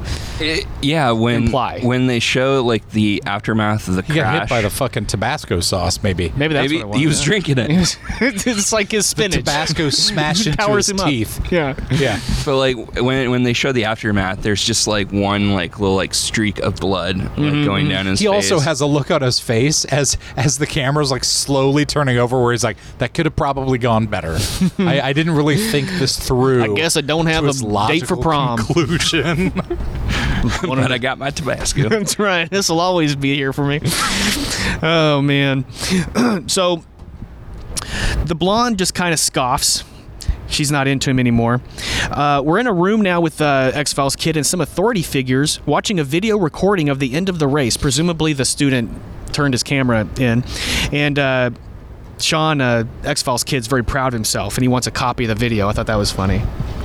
S3: yeah, when
S1: Imply.
S3: when they show like the aftermath of the
S2: He
S3: crash,
S2: got hit by the fucking Tabasco sauce, maybe.
S1: Maybe that's
S3: maybe
S1: what it was.
S3: he was
S1: yeah.
S3: drinking it.
S1: it's like his spinach.
S2: Tabasco smashed into
S1: Powers
S2: his
S1: him up.
S2: teeth.
S1: Yeah.
S2: Yeah.
S3: But like when when they show the aftermath, there's just like one like little like streak of blood like, going down his
S2: Mm-hmm, He
S3: face.
S2: also has a look on his face as as the camera's like slowly turning over, where he's like, "That could have probably gone better." I, I didn't really think this through.
S1: I guess I don't have
S2: to
S1: a
S2: its
S1: date for
S2: logical
S1: prom.
S2: Conclusion.
S3: but I got my Tabasco.
S1: That's right. This will always be here for me. oh man. so the blonde just kind of scoffs. She's not into him anymore. Uh, we're in a room now with uh, X Files kid and some authority figures watching a video recording of the end of the race. Presumably, the student turned his camera in, and. Uh, Sean, uh, X Files kid's very proud of himself, and he wants a copy of the video. I thought that was funny.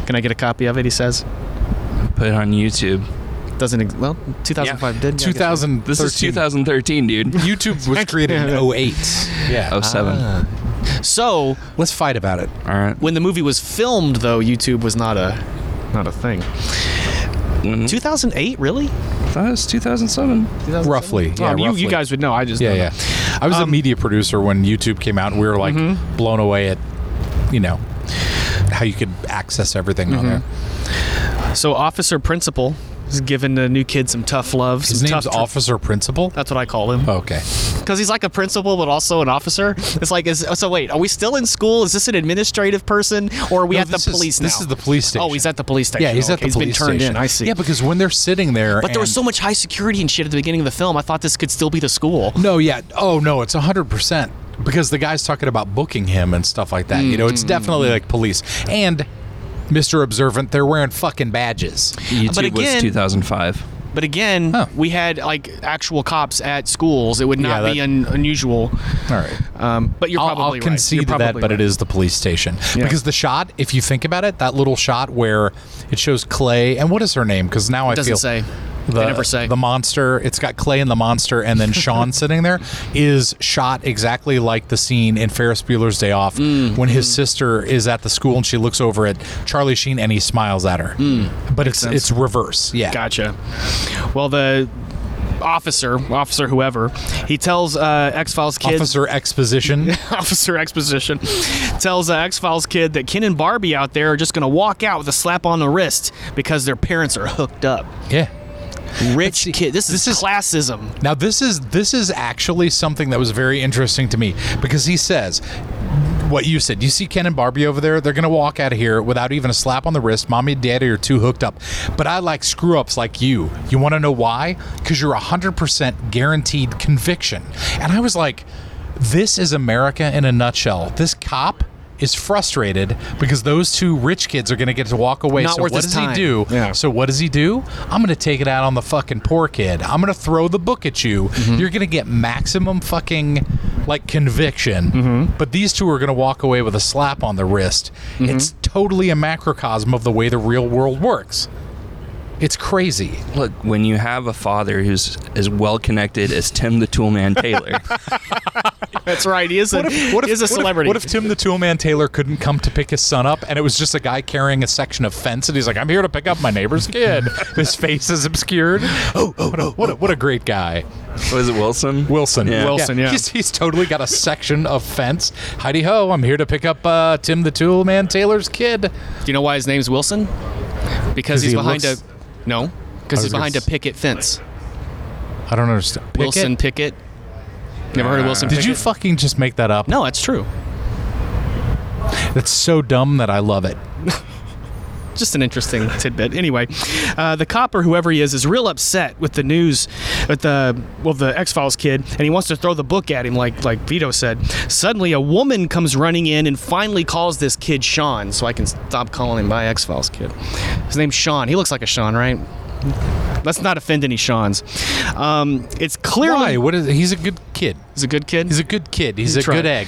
S1: Can I get a copy of it? He says.
S3: Put it on YouTube.
S1: Doesn't ex- well, 2005 did. yeah, I guess-
S2: 2000.
S3: This is 2013, dude.
S2: YouTube was created in 08. Yeah. Ah.
S3: Oh seven.
S1: So
S2: Let's fight about it.
S3: All right.
S1: when the movie was filmed though youtube was not a not a thing
S2: Mm-hmm.
S1: 2008 really
S3: I thought it was 2007.
S1: 2007?
S2: Roughly, yeah,
S1: Um, you,
S2: roughly.
S1: you guys would know i just
S2: Yeah,
S1: don't
S2: yeah.
S1: know. Um, Mm-hmm.
S2: I was a media producer when YouTube came out, and we were like blown away at, you know, how you could access everything
S1: Mm-hmm.
S2: on there.
S1: so officer principal is giving the new kid some tough love
S2: His
S1: some
S2: name's
S1: tough
S2: Officer Principal. Oh,
S1: that's what i call him
S2: Okay.
S1: because he's like a principal but also an officer it's like is, so wait are we still in school is this an administrative person or are we
S2: No,
S1: at the
S2: this is-
S1: police
S2: this
S1: now?
S2: is the police station.
S1: oh he's at the police station
S2: Yeah, he's at
S1: Okay,
S2: the police
S1: been turned
S2: station.
S1: in i see
S2: Yeah, because when they're sitting there,
S1: but there was
S2: and-
S1: so much high security and shit at the beginning of the film i thought this could still be the school
S2: No, yeah. Oh no, it's hundred percent because the guy's talking about booking him and stuff like that. You know,
S1: Mm.
S2: it's definitely like police and Mr. Observant. They're wearing fucking badges.
S3: YouTube
S1: But again-
S3: was 2005.
S1: But again,
S2: Huh.
S1: we had like actual cops at schools. It would not
S2: Yeah, that-
S1: be un- unusual.
S2: All right.
S1: Um, but you're
S2: I'll,
S1: probably
S2: I'll
S1: right.
S2: concede
S1: You're
S2: to that,
S1: probably
S2: but
S1: right.
S2: it is the police station
S1: Yeah.
S2: because the shot, if you think about it, that little shot where it shows Clay and what is her name? Because now I
S1: doesn't
S2: feel
S1: say.
S2: The,
S1: They never say.
S2: the monster. It's got Clay and the monster, and then Sean sitting there is shot exactly like the scene in Ferris Bueller's Day Off
S1: Mm.
S2: when his sister is at the school and she looks over at Charlie Sheen and he smiles at her. But it's
S1: Mm. sense.
S2: it's reverse. Yeah.
S1: Gotcha. Well, the officer, officer whoever, he tells uh, X Files kids.
S2: Officer exposition.
S1: Officer Exposition tells uh, X Files kid that Ken and Barbie out there are just going to walk out with a slap on the wrist because their parents are hooked up.
S2: yeah.
S1: Rich kid. This is
S2: This is-
S1: classism.
S2: Now this is this is actually something that was very interesting to me because he says what you said. You see Ken and Barbie over there, they're gonna walk out of here without even a slap on the wrist. Mommy and daddy are too hooked up. But I like screw ups like you. You wanna know why? Because you're hundred percent guaranteed conviction. And I was like, this is America in a nutshell. This cop is frustrated because those two rich kids are going to get to walk away.
S1: Not
S2: so
S1: worth
S2: what
S1: his
S2: does
S1: time.
S2: he do?
S1: Yeah.
S2: So what does he do? I'm gonna take it out on the fucking poor kid. I'm gonna throw the book at you. You're gonna get maximum fucking like conviction. But these two are gonna walk away with a slap on the wrist. It's totally a macrocosm of the way the real world works. It's crazy.
S3: Look, when you have a father who's as well connected as Tim the Toolman Taylor,
S1: That's right. He is a, he is a celebrity.
S2: What if, Tim the Toolman Taylor couldn't come to pick his son up, and it was just a guy carrying a section of fence, and he's like, "I'm here to pick up my neighbor's kid." his face is obscured. Oh, oh, oh! What a, what a great guy.
S3: was it Wilson?
S2: Wilson.
S3: Yeah.
S1: Wilson, yeah.
S2: He's, he's totally got a section of fence. Heidi ho, I'm here to pick up uh, Tim the Tool Man Taylor's kid.
S1: Do you know why his name's Wilson? Because he's
S2: he
S1: behind
S2: looks-
S1: a no. Because
S2: was
S1: he's
S2: gonna
S1: behind a
S2: s-
S1: picket fence.
S2: I don't understand. Pick
S1: Wilson
S2: it?
S1: Pickett. Never heard of Wilson.
S2: Did
S1: Pickett?
S2: you fucking just make that up?
S1: No, that's true.
S2: That's so dumb that I love it.
S1: Just an interesting tidbit. Anyway, uh, the cop or whoever he is is real upset with the news, with the well, the X Files kid, and he wants to throw the book at him, like like Vito said. Suddenly, a woman comes running in and finally calls this kid Sean, so I can stop calling him my X Files kid. His name's Sean. He looks like a Sean, right? Let's not offend any Sean's. Um, it's
S2: Why?
S1: clearly
S2: What is? He's a good kid.
S1: he's a good kid.
S2: He's a good kid. He's a
S1: Try.
S2: good egg.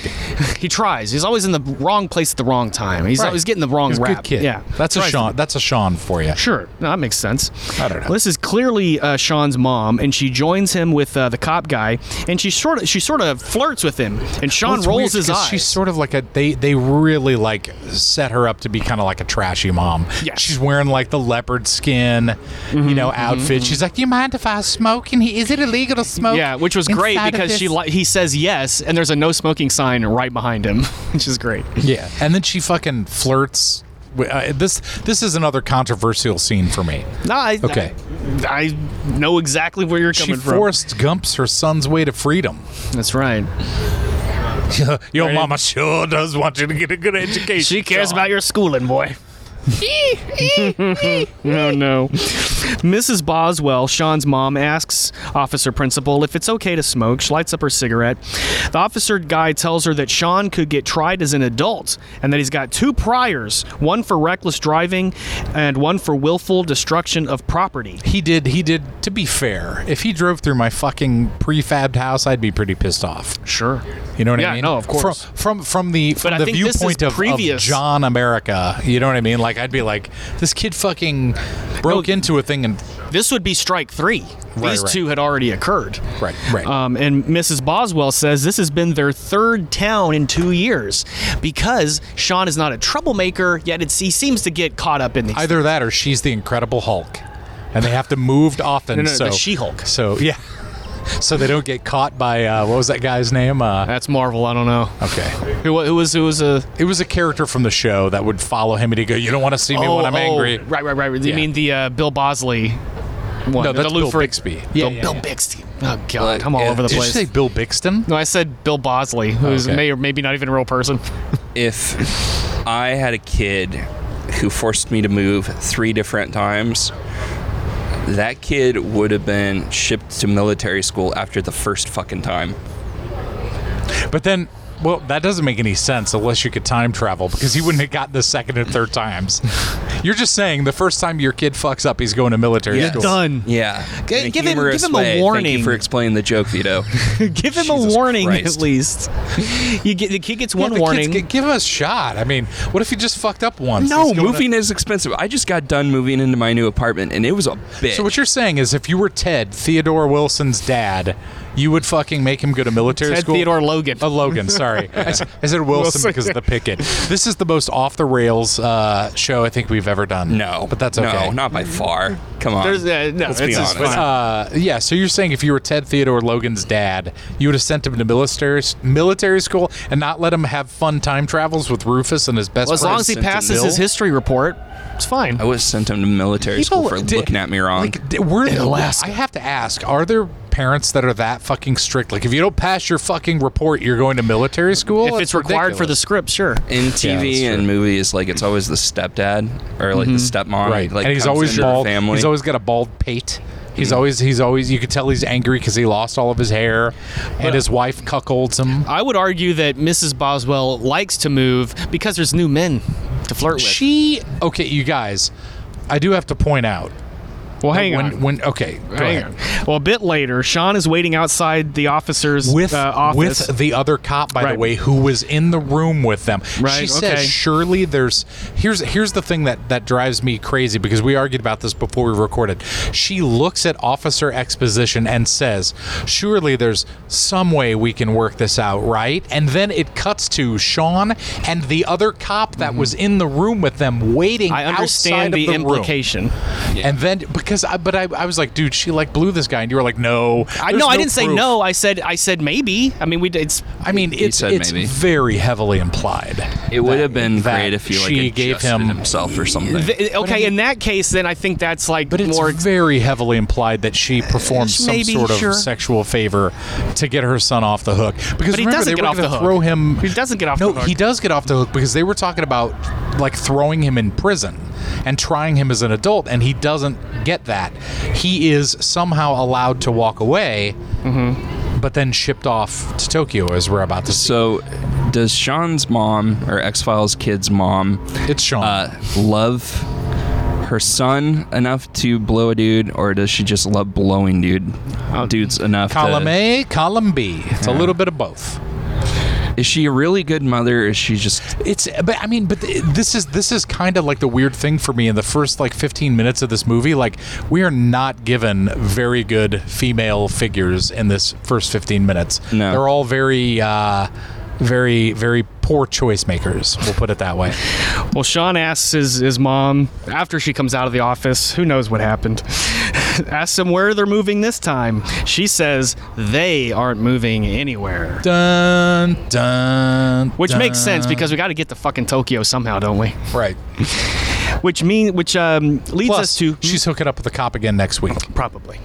S1: he tries. He's always in the wrong place at the wrong time. He's
S2: Right.
S1: always getting the wrong
S2: He's a
S1: rap.
S2: good kid.
S1: Yeah,
S2: that's a
S1: Tries to
S2: Sean. That's a Sean for you.
S1: Sure, no, that makes sense.
S2: I don't know.
S1: Well, this is clearly uh, Sean's mom, and she joins him with uh, the cop guy, and she sort of she sort of flirts with him, and Sean
S2: Well, it's
S1: rolls
S2: weird
S1: his
S2: 'cause
S1: eyes.
S2: She's sort of like a they they really like set her up to be kind of like a trashy mom.
S1: Yes. Mm-hmm,
S2: She's wearing like the leopard skin, you know, outfit. She's like, "Do you mind if I smoke? And he, is it illegal to smoke?"
S1: yeah, which was great
S2: inside of
S1: because she
S2: this?"
S1: li- he says yes, and there's a no smoking sign right behind him, which is great.
S2: yeah, and then she fucking flirts. wi- Uh, this this is another controversial scene for me.
S1: No, I,
S2: Okay.
S1: I, I know exactly where you're
S2: She
S1: coming from.
S2: forced Gumps her son's way to freedom.
S1: That's right.
S2: Your mama sure does want you to get a good education.
S1: She cares about your schooling, boy. oh no. Mrs. Boswell, Sean's mom, asks Officer Principal if it's okay to smoke. She lights up her cigarette. The officer guy tells her that Sean could get tried as an adult and that he's got two priors one for reckless driving and one for willful destruction of property.
S2: He did. He did. To be fair, if he drove through my fucking prefabbed house, I'd be pretty pissed off.
S1: Sure.
S2: You know what
S1: Yeah,
S2: I mean?
S1: no, of course.
S2: From from, from the from
S1: I
S2: the
S1: think this is
S2: viewpoint of, of
S1: previous-
S2: John America, you know what I mean? Like I'd be like, this kid fucking broke into a thing and
S1: This would be strike three.
S2: Right,
S1: These
S2: right.
S1: two had already occurred.
S2: right, right.
S1: Um, and Mrs. Boswell says this has been their third town in two years because Sean is not a troublemaker, yet it's, he seems to get caught up in these.
S2: Either that or she's the Incredible Hulk, and they have to move often.
S1: No, no,
S2: so
S1: the She-Hulk.
S2: So yeah, so they don't get caught by uh, what was that guy's name? Uh,
S1: That's Marvel. I don't know.
S2: okay.
S1: Who, wa- who was who was uh, a?
S2: It was a character from the show that would follow him, and he'd go, "You don't want to see me when I'm angry."
S1: Oh, Right, right, right. You
S2: Yeah.
S1: mean the uh, Bill Bosley one?
S2: No,
S1: the
S2: that's
S1: Lou
S2: Bill
S1: Ferrig-
S2: Bixby.
S1: Bill,
S2: Yeah, yeah,
S1: Bill
S2: yeah.
S1: Bixby. Oh God,
S3: Like,
S1: I'm all
S3: yeah,
S1: over the
S2: Did you
S1: place.
S2: say Bill Bixton?
S1: no, I said Bill Bosley, who's
S2: Okay.
S1: may or maybe not even a real person.
S3: if I had a kid who forced me to move three different times, that kid would have been shipped to military school after the first fucking time.
S2: But then, well, that doesn't make any sense unless you could time travel because he wouldn't have gotten the second and third times. You're just saying the first time your kid fucks up, he's going to military
S3: Yeah.
S2: school.
S1: Done.
S3: Yeah.
S1: Hmm. G-
S3: In a
S1: give him-
S3: humorous
S1: give him a
S3: way. Thank you
S1: warning.
S3: for explaining the joke, Vito.
S1: Give him
S3: Jesus
S1: a warning
S3: Christ.
S1: at least. You get the kid gets
S2: Yeah,
S1: one
S2: the kids
S1: warning.
S2: g- give him a shot. I mean, what if he just fucked up once?
S3: no,
S2: He's going to-
S3: moving is expensive. I just got done moving into my new apartment, and it was a bitch.
S2: so what you're saying is, if you were Ted Theodore Wilson's dad, you would fucking make him go to military
S1: Ted
S2: school.
S1: Theodore Logan.
S2: Uh, Logan, sorry. I, s- I said Wilson, because of the picket. This is the most off the rails uh, show I think we've ever done.
S3: no,
S2: but that's okay.
S3: No, not by far. Come on.
S1: There's, uh, no,
S3: Let's
S1: it's
S3: be
S1: just
S3: honest.
S1: fine.
S2: Uh, yeah, so you're saying if you were Ted Theodore Logan's dad, you would have sent him to military military school and not let him have fun time travels with Rufus and his best
S1: Well, as long as he
S3: President
S1: passes
S3: Bill?
S1: his history report, it's fine.
S3: I would have sent him to military school for
S2: di-
S3: looking at me wrong.
S2: Like, di- we're in
S1: Alaska.
S2: I have to ask: Are there parents that are that fucking strict? Like, if you don't pass your fucking report, you're going to military school.
S1: if it's required for the
S2: ridiculous.
S1: script, sure.
S3: in TV
S2: that's Mm-hmm.
S3: and movies, like it's always the stepdad or like the stepmom,
S2: right?
S3: Like
S2: and he's
S3: comes
S2: always
S3: into the
S2: bald.
S3: Family.
S2: He's always got a bald pate. He's
S1: Mm-hmm.
S2: always he's always you could tell he's angry because he lost all of his hair, and his wife cuckolds him.
S1: I would argue that Mrs. Boswell likes to move because there's new men to flirt with.
S2: She okay, you guys. I do have to point out
S1: well, hang
S2: when
S1: on.
S2: when okay, go
S1: Hang
S2: ahead.
S1: on. Well, a bit later, Sean is waiting outside the officer's
S2: With
S1: uh, office.
S2: with the other cop, by
S1: Right.
S2: the way, who was in the room with them.
S1: Right,
S2: She says,
S1: okay.
S2: "Surely there's here's here's the thing that that drives me crazy because we argued about this before we recorded. She looks at Officer Exposition and says, "Surely there's some way we can work this out, right?" And then it cuts to Sean and the other cop that was in the room with them, waiting.
S1: Mm-hmm. I
S2: outside
S1: understand the,
S2: of the room.
S1: implication.
S2: And then because I, but I, I was like, dude, she like blew this guy, and you were like, no,
S1: I
S2: there's
S1: no, I didn't say
S2: proof.
S1: no. I said I said maybe. I mean, we did- it's
S2: I mean, it's
S3: said
S2: it's
S3: maybe.
S2: very heavily implied.
S3: it would have been
S2: that
S3: great if he like
S2: she gave
S3: adjusted
S2: him-
S3: himself or something.
S1: th- okay.
S2: mean-
S1: in that case, then I think that's like
S2: But it's
S1: more. Uh,
S2: very heavily implied that she performed some
S1: maybe,
S2: sort of
S1: sure.
S2: sexual favor to get her son off the hook. Because
S1: But he
S2: remember,
S1: doesn't
S2: they
S1: get
S2: were
S1: off
S2: gonna
S1: the hook.
S2: throw him.
S1: He doesn't get off
S2: no,
S1: the hook.
S2: he does get off the hook because they were talking about like throwing him in prison and trying him as an adult, and he doesn't get that. He is somehow allowed to walk away,
S1: Mm-hmm.
S2: but then shipped off to Tokyo, as we're about to see.
S3: so, does
S2: Oh.
S3: Sean's mom or X Files kid's mom
S1: uh,
S2: It's Sean.
S3: uh, love her son enough to blow a dude, or does she just love blowing dude dudes enough?
S2: Column
S3: to,
S2: A, column B. It's a little bit of both.
S3: Is she a really good mother? Or is she just
S2: It's, but I mean, but th- this is this is kind of like the weird thing for me in the first like 15 minutes of this movie. Like, we are not given very good female figures in this first 15 minutes.
S3: No.
S2: they're all very, uh, very, very poor choice makers. We'll put it that way.
S1: Well, Sean asks his, his mom after she comes out of the office, who knows what happened, asks him where they're moving this time. She says they aren't moving anywhere.
S2: dun dun.
S1: Which
S2: dun.
S1: makes sense because we got to get to fucking Tokyo somehow, don't we?
S2: right.
S1: Which mean which um, leads us
S2: Plus,
S1: to
S2: she's hooking up with the cop again next week.
S1: probably.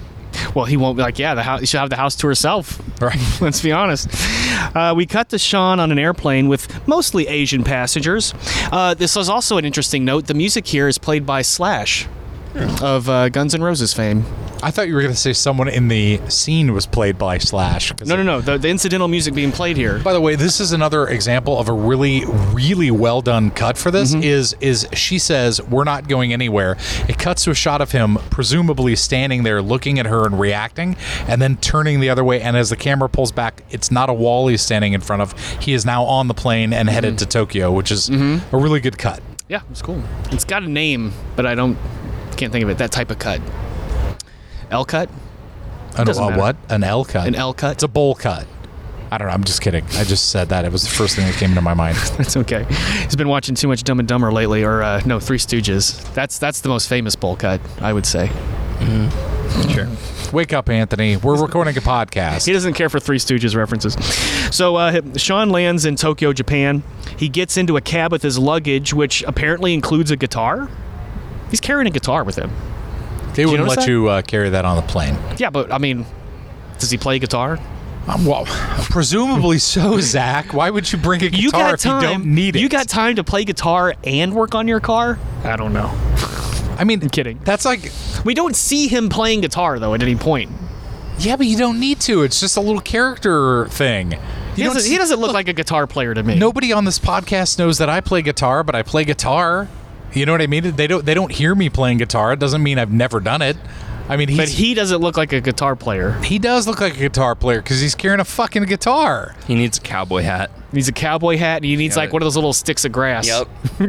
S1: Well, he won't be like, yeah, the house. She'll have the house to herself.
S2: Right.
S1: Let's be honest. Uh, we cut to Sean on an airplane with mostly Asian passengers. Uh, this was also an interesting note. The music here is played by Slash of uh, Guns N' Roses fame.
S2: I thought you were going to say someone in the scene was played by Slash. 'cause
S1: No, no, no. The, the incidental music being played here.
S2: By the way, this is another example of a really, really well done cut for
S1: Mm-hmm.
S2: this. Is is she says we're not going anywhere. It cuts to a shot of him presumably standing there looking at her and reacting, and then turning the other way. And as the camera pulls back, it's not a wall he's standing in front of. He is now on the plane and headed
S1: Mm-hmm.
S2: to Tokyo, which is a really good cut.
S1: Yeah, it's cool. It's got a name, but I don't can't think of it. That type of cut. L cut?
S2: An,
S1: Doesn't
S2: a
S1: matter.
S2: what? An L cut.
S1: An L cut?
S2: It's a bowl cut. I don't know. I'm just kidding. I just said that. It was the first thing that came into my mind.
S1: It's okay. He's been watching too much Dumb and Dumber lately, or uh, no, Three Stooges. That's that's the most famous bowl cut, I would say.
S2: Wake up, Anthony. We're recording a podcast.
S1: He doesn't care for Three Stooges references. So uh, Sean lands in Tokyo, Japan. He gets into a cab with his luggage, which apparently includes a guitar. He's carrying a guitar with him.
S2: They
S1: you notice
S2: wouldn't let
S1: that?
S2: you uh, carry that on the plane.
S1: Yeah, but I mean, does he play guitar?
S2: Um, well, presumably so, Zach. Why would you bring a guitar
S1: You got
S2: if
S1: time.
S2: you don't need it?
S1: You got time to play guitar and work on your car. I don't know.
S2: I mean, I'm
S1: kidding.
S2: That's like,
S1: We don't see him playing guitar though at any point.
S2: yeah, but you don't need to. It's just a little character thing. You
S1: He
S2: don't
S1: doesn't,
S2: see-
S1: he doesn't look like a guitar player to me.
S2: Nobody on this podcast knows that I play guitar, but I play guitar. You know what I mean? They don't. They don't hear me playing guitar. It doesn't mean I've never done it. I mean, he's,
S1: But he doesn't look like a guitar player.
S2: He does look like a guitar player because he's carrying a fucking guitar.
S3: he needs a cowboy hat?
S1: He's a cowboy hat and he needs
S3: Yeah.
S1: like one of those little sticks of grass.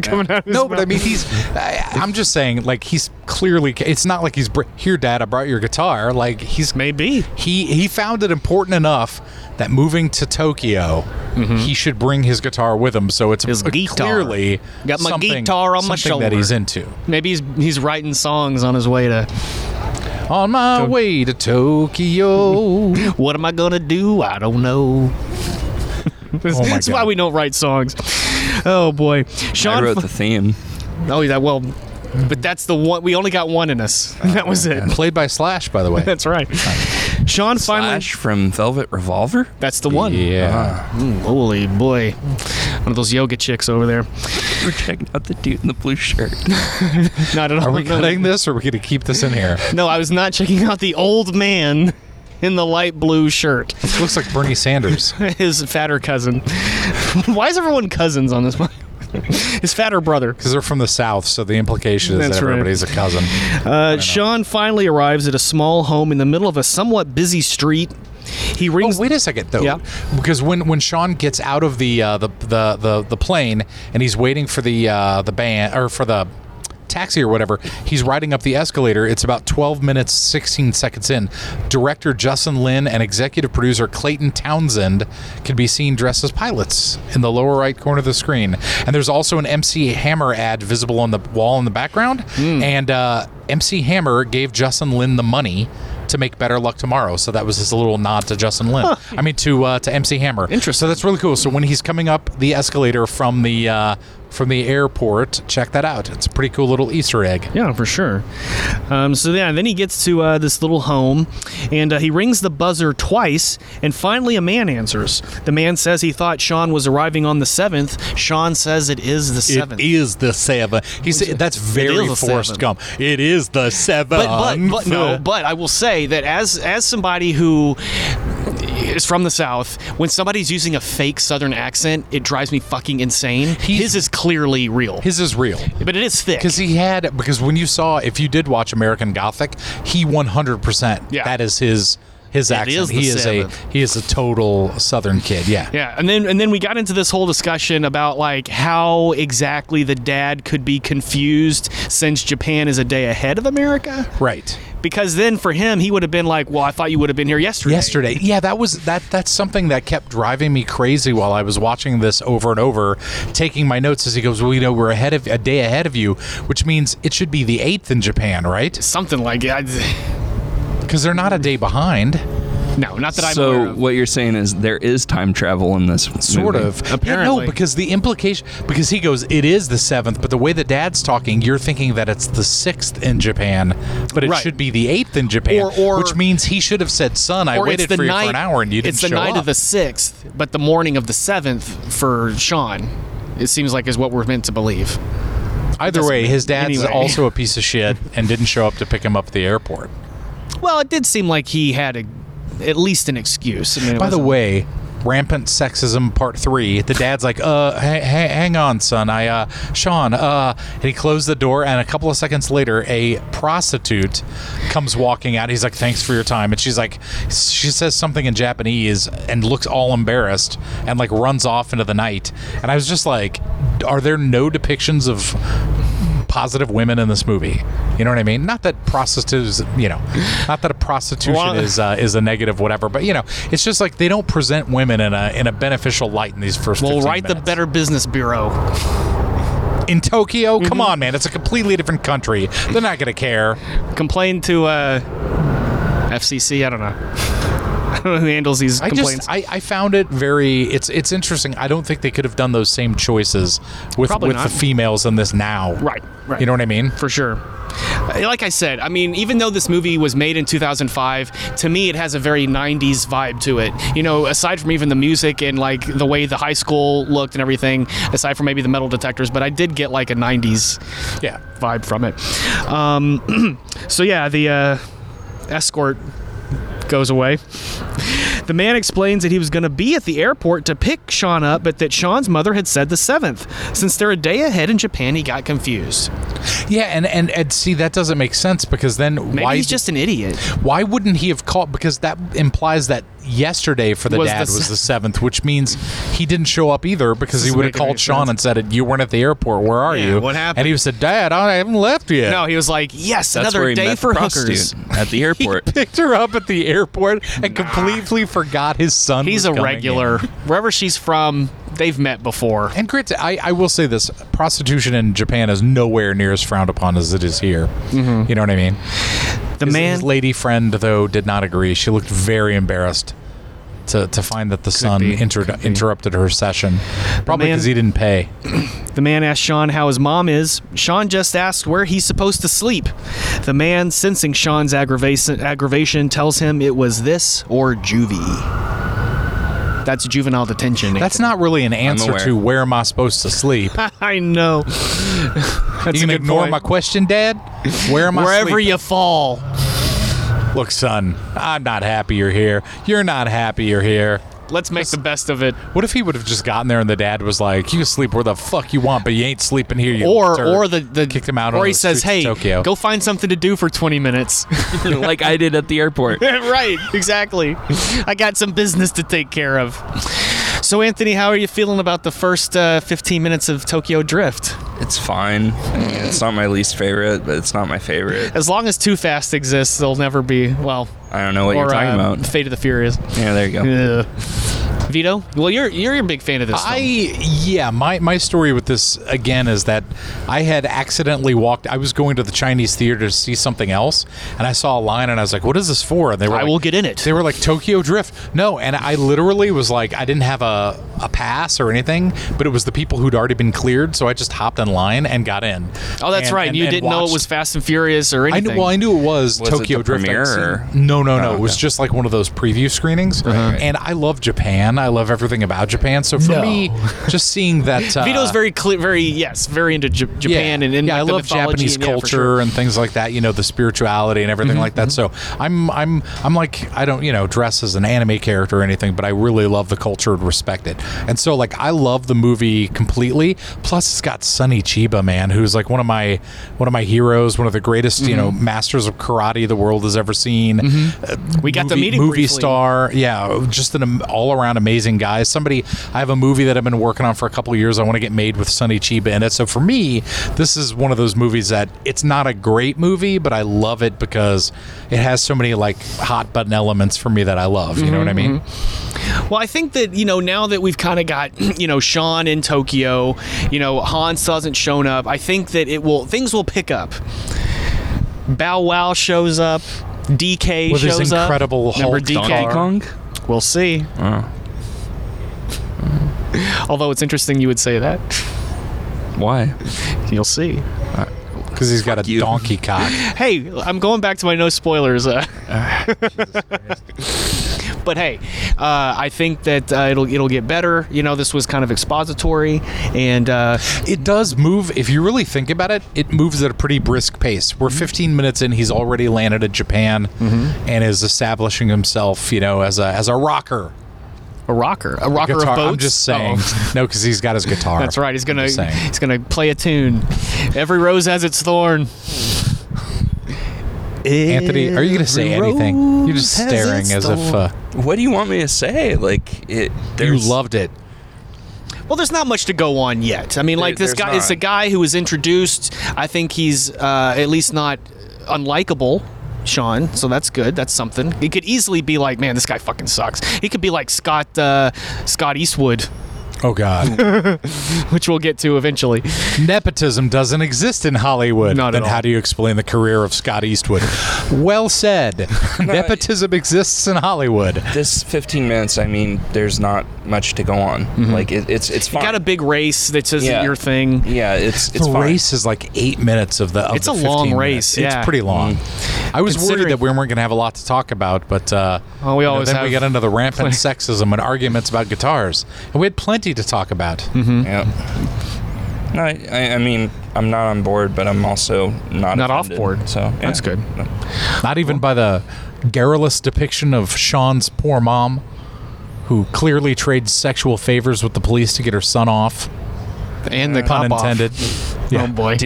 S1: coming out of his
S2: No, but I
S1: mouth.
S2: mean, he's. I, I'm just saying, like, he's clearly. It's not like he's. br- Here, Dad, I brought your guitar. Like, he's.
S1: Maybe.
S2: He he found it important enough that moving to Tokyo, he should bring his guitar with him. So it's
S1: Mm-hmm. His guitar.
S2: clearly
S1: Got my
S2: something-
S1: guitar on my
S2: something that
S1: shoulder.
S2: he's into.
S1: Maybe he's he's writing songs on his way to
S2: On my way to Tokyo.
S1: what am I gonna do? I don't know.
S2: Oh my
S1: That's why
S2: God.
S1: we don't write songs. Oh boy. Sean
S3: I wrote the theme.
S1: Oh yeah, well but that's the one we only got one in us.
S2: Oh,
S1: that was it.
S2: Played by Slash, by the way.
S1: That's right. Sean finally
S3: Flash from Velvet Revolver.
S1: That's the one.
S2: Yeah.
S1: Mm, holy boy. One of those yoga chicks over there.
S3: We're checking out the dude in the blue shirt.
S1: Not at all.
S2: Are we cutting this or are we going to keep this in here?
S1: No, I was not checking out the old man in the light blue shirt.
S2: This looks like Bernie Sanders.
S1: His fatter cousin. Why is everyone cousins on this one? His fatter brother.
S2: Because they're from the South, so the implication is
S1: That's
S2: that
S1: right.
S2: everybody's a cousin.
S1: Uh, Sean finally arrives at a small home in the middle of a somewhat busy street. He
S2: Oh,
S1: rings.
S2: wait a second though,
S1: Yeah.
S2: because when, when Sean gets out of the, uh, the the the the plane and he's waiting for the uh, the band or for the taxi or whatever, he's riding up the escalator. It's about 12 minutes 16 seconds in. Director Justin Lin and executive producer Clayton Townsend can be seen dressed as pilots in the lower right corner of the screen. And there's also an MC Hammer ad visible on the wall in the background. And uh, MC Hammer gave Justin Lin the money to make Better Luck Tomorrow. So that was his little nod to Justin Lin. I mean, to uh, to MC Hammer. Interesting. So that's really cool. So when he's coming up the escalator from the uh, from the airport, check that out. It's a pretty cool little Easter egg.
S1: Yeah, for sure. Um, so yeah, then he gets to uh, this little home, and uh, he rings the buzzer twice, and finally a man answers. The man says he thought Sean was arriving on the seventh. Sean says it is the seventh.
S2: It is the seven. He said that's very
S1: is the
S2: forced
S1: seven.
S2: gum. It is the seven.
S1: but but, but no, but I will say that as as somebody who is from the South. When somebody's using a fake Southern accent, it drives me fucking insane. his is clearly real,
S2: His is real.
S1: but it is thick.
S2: Because he had because when you saw if you did watch American Gothic, he 100 percent
S1: Yeah.
S2: that is his his accent.
S1: is the
S2: he is
S1: Sabbath.
S2: a he is a total Southern kid. Yeah.
S1: Yeah, and then and then we got into this whole discussion about like how exactly the dad could be confused since Japan is a day ahead of America.
S2: Right.
S1: Because then for him, he would have been like, "Well, I thought you would have been here yesterday."
S2: Yesterday. Yeah, that was that that's something that kept driving me crazy while I was watching this over and over, taking my notes as he goes, Well, you know, we're ahead of a day ahead of you, which means it should be the eighth in Japan, right?
S1: something like that.
S2: Because they're not a day behind.
S1: No, not that I'm aware
S3: So
S1: of.
S3: what you're saying is there is time travel in this
S2: Sort
S3: movie.
S2: of. Yeah,
S1: Apparently.
S2: no, because the implication, because he goes, it is the seventh, but the way that dad's talking, you're thinking that it's the sixth in Japan, but it
S1: Right.
S2: should be the eighth in Japan,
S1: Or- or-
S2: which means he should have said, son, I
S1: Or it's
S2: waited
S1: the
S2: for you
S1: night,
S2: for an hour and you didn't
S1: It's the
S2: show
S1: night
S2: up.
S1: of the sixth, but the morning of the seventh for Sean. It seems like is what we're meant to believe.
S2: Either way, his dad's
S1: Anyway.
S2: also a piece of shit and didn't show up to pick him up at the airport.
S1: Well, it did seem like he had a, at least an excuse. I mean, it
S2: By the
S1: wasn't-
S2: way, rampant sexism part three. The dad's like, "Uh, ha- ha- hang on, son. I, uh, Sean." Uh, and he closed the door, and a couple of seconds later, a prostitute comes walking out. He's like, "Thanks for your time," and she's like, she says something in Japanese and looks all embarrassed and like runs off into the night. And I was just like, "Are there no depictions of?" positive women in this movie you know what i mean not that prostitutes you know not that a prostitution
S1: Well,
S2: is is uh, is a negative whatever. But you know, it's just like they don't present women in a in a beneficial light in these first.
S1: Well,
S2: 15
S1: write the
S2: minutes.
S1: Better Business Bureau.
S2: in Tokyo.
S1: Mm-hmm.
S2: Come on, man, it's a completely different country. They're not gonna care.
S1: Complain to uh, FCC. I don't know. I don't know who handles these
S2: I
S1: complaints.
S2: just I, I found it very it's it's interesting. I don't think they could have done those same choices with
S1: Probably
S2: with
S1: not.
S2: the females in this now.
S1: Right, right.
S2: You know what I mean?
S1: for sure. Uh, Like I said, I mean, even though this movie was made in 2005, to me it has a very 90s vibe to it. You know, aside from even the music and like the way the high school looked and everything, aside from maybe the metal detectors, but I did get like a 90s
S2: Yeah.
S1: vibe from it. Um, so yeah, the uh, escort goes away. The man explains that he was going to be at the airport to pick Sean up, but that Sean's mother had said the seventh. Since they're a day ahead in Japan, he got confused.
S2: Yeah, and, and and see that doesn't make sense because then
S1: Maybe
S2: why
S1: he's just an idiot.
S2: why wouldn't he have called? Because that implies that yesterday for the
S1: Was
S2: dad
S1: the
S2: was the seventh, which means he didn't show up either because he
S1: doesn't
S2: would have
S1: make any
S2: called Sean
S1: sense.
S2: and said, "You weren't at the airport. Where are
S1: Yeah,
S2: you?"
S1: what happened?
S2: And he said, "Dad, I haven't left yet."
S1: No, he was like, yes,
S3: That's where
S1: another
S3: he
S1: day
S3: met
S1: for
S3: the prostitute
S1: hookers.
S3: at the airport.
S2: picked her up at the airport and completely forgot his son. was
S1: He's a
S2: coming in.
S1: regular. Wherever she's from, they've met before.
S2: And granted, I, I will say this: prostitution in Japan is nowhere near as frowned upon as it is here.
S1: Mm-hmm.
S2: You know what I mean?
S1: The
S2: His,
S1: man
S2: his lady friend though did not agree. She looked very embarrassed to, to find that the son
S1: be,
S2: inter- interrupted her session, probably
S1: man-
S2: because he didn't pay.
S1: The man asks Sean how his mom is. Sean just asks where he's supposed to sleep. The man, sensing Sean's aggravation, aggravation tells him it was this or juvie. That's juvenile detention.
S2: That's not really an answer
S3: aware.
S2: to where am I supposed to sleep.
S1: I know. That's
S2: you can
S1: a good
S2: ignore
S1: point.
S2: my question, Dad. Where am I?
S1: Wherever
S2: sleeping?
S1: you fall.
S2: look, son. I'm not happy you're here. You're not happy you're here.
S1: Let's make the best of it.
S2: What if he would have just gotten there and the dad was like, "You can sleep where the fuck you want, but you ain't sleeping here." You
S1: Or
S2: little turd."
S1: or the, the
S2: kicked him out.
S1: Or
S2: on
S1: he
S2: the
S1: says,
S2: streets
S1: "Hey,
S2: of Tokyo.
S1: go find something to do for 20 minutes."
S3: like I did at the airport.
S1: right, exactly. I got some business to take care of. So, Anthony, how are you feeling about the first uh, 15 minutes of Tokyo Drift?
S3: It's fine. I mean, it's not my least favorite, but it's not my favorite.
S1: As long as Too Fast exists, there'll never be, well,
S3: I don't know what
S1: or
S3: you're talking
S1: uh,
S3: about.
S1: Fate of the Furious.
S3: Yeah, there you go.
S1: Ugh. Vito, well, you're you're a big fan of this. film.
S2: I yeah, my my story with this again is that I had accidentally walked. I was going to the Chinese theater to see something else, and I saw a line, and I was like, "What is this for?" And they were,
S1: I
S2: like-
S1: will get in it.
S2: They were like Tokyo Drift. No, and I literally was like, I didn't have a a pass or anything, but it was the people who'd already been cleared, so I just hopped in line and got in.
S1: Oh, that's
S2: And-
S1: right.
S2: and-
S1: you
S2: and
S1: didn't know it
S2: watched-
S1: was Fast and Furious or
S2: I
S1: anything.
S2: knew, well, I knew it was,
S3: Was it
S2: Tokyo
S3: the
S2: Drift. I'd
S3: premiere
S2: seen- No, no, no.
S3: Oh,
S2: It was
S3: okay.
S2: just like one of those preview screenings. And I love Japan, Japan. I love everything about Japan. So for
S1: No.
S2: me, just seeing that uh,
S1: Vito's very clear, very yes, very into J- Japan and, and
S2: yeah,
S1: like,
S2: I
S1: the
S2: love
S1: mythology
S2: Japanese
S1: and- yeah, for
S2: culture
S1: sure. Mm-hmm,
S2: and things like that. You know, the spirituality and everything like that. So I'm I'm I'm like I don't you know dress as an anime character or anything, but I really love the culture and respect it. And so like I love the movie completely. Plus it's got Sonny Chiba, man, who's like one of my one of my heroes, one of the greatest you
S1: Mm-hmm.
S2: know masters of karate the world has ever seen. Uh,
S1: We got to
S2: movie-
S1: meet him
S2: movie
S1: briefly.
S2: star are yeah just an am- all-around amazing guy somebody i have a movie that i've been working on for a couple of years i want to get made with sonny chiba in it so for me this is one of those movies that it's not a great movie but i love it because it has so many like hot button elements for me that i love you know what i mean
S1: Well, I think that you know now that we've kind of got you know Sean in Tokyo, you know Hans hasn't shown up. I think that it will things will pick up. Bow Wow shows up. DK
S2: With his
S1: shows up.
S2: incredible
S1: Remember
S2: Hulk
S1: DK.
S2: Donkey
S3: Kong?
S1: We'll see.
S2: Oh.
S1: Although it's interesting you would say that.
S3: Why?
S1: You'll see.
S2: because he's got a
S3: you.
S2: donkey cock
S1: Hey, I'm going back to my no spoilers. Uh.
S2: Ah,
S1: but hey, uh, I think that uh, it'll it'll get better. You know, this was kind of expository, and uh,
S2: it does move if you really think about it it moves at a pretty brisk pace we're 15 minutes in he's already landed at japan and is establishing himself you know as a as a rocker
S1: a rocker, a rocker
S2: guitar.
S1: of boats.
S2: I'm just saying.
S1: Oh,
S2: No, because he's got his guitar.
S1: that's right. He's
S2: I'm
S1: gonna
S2: just saying.
S1: he's gonna play a tune. Every rose has its thorn.
S2: Anthony, are you gonna say
S1: Every
S2: anything? You're just
S1: rose has
S2: staring
S1: its
S2: as if
S1: thorn.
S2: uh,
S3: What do you want me to say? Like
S2: you
S3: it. There's,
S2: loved it.
S1: Well, there's not much to go on yet. I mean, like this
S3: there's
S1: guy is
S3: not.
S1: a guy who was introduced. I think he's uh, at least not unlikable, Sean. So that's good. That's something. He could easily be like, man, this guy fucking sucks. He could be like Scott uh, Scott Eastwood,
S2: Oh God,
S1: which we'll get to eventually.
S2: nepotism doesn't exist in Hollywood.
S1: Not at
S2: then how
S1: all.
S2: do you explain the career of Scott Eastwood? Well said. nepotism exists in Hollywood.
S3: This 15 minutes. I mean, there's not much to go on. Like it, it's it's fine.
S1: Got a big race that isn't
S3: Yeah.
S1: your thing.
S3: yeah, it's it's
S2: the
S3: fine.
S2: race is like eight minutes of the. Of
S1: It's
S2: the
S1: a long
S2: 15
S1: race,
S2: minutes.
S1: yeah. Mm.
S2: It's pretty long. I was
S1: Considering-
S2: worried that we weren't going to have a lot to talk about, but uh,
S1: Well, we
S2: you know,
S1: always
S2: then we
S1: have-
S2: got into the rampant sexism and arguments about guitars, and we had plenty to talk about.
S1: Mm-hmm.
S3: Yeah. No, I, I, I mean, I'm not on board, but I'm also not
S1: Not off
S3: offended,
S1: board.
S3: So yeah.
S1: That's good.
S2: Not even by the garrulous depiction of Sean's poor mom, who clearly trades sexual favors with the police to get her son off.
S1: And the
S2: Pun
S1: cop off.
S2: intended.
S1: Oh boy.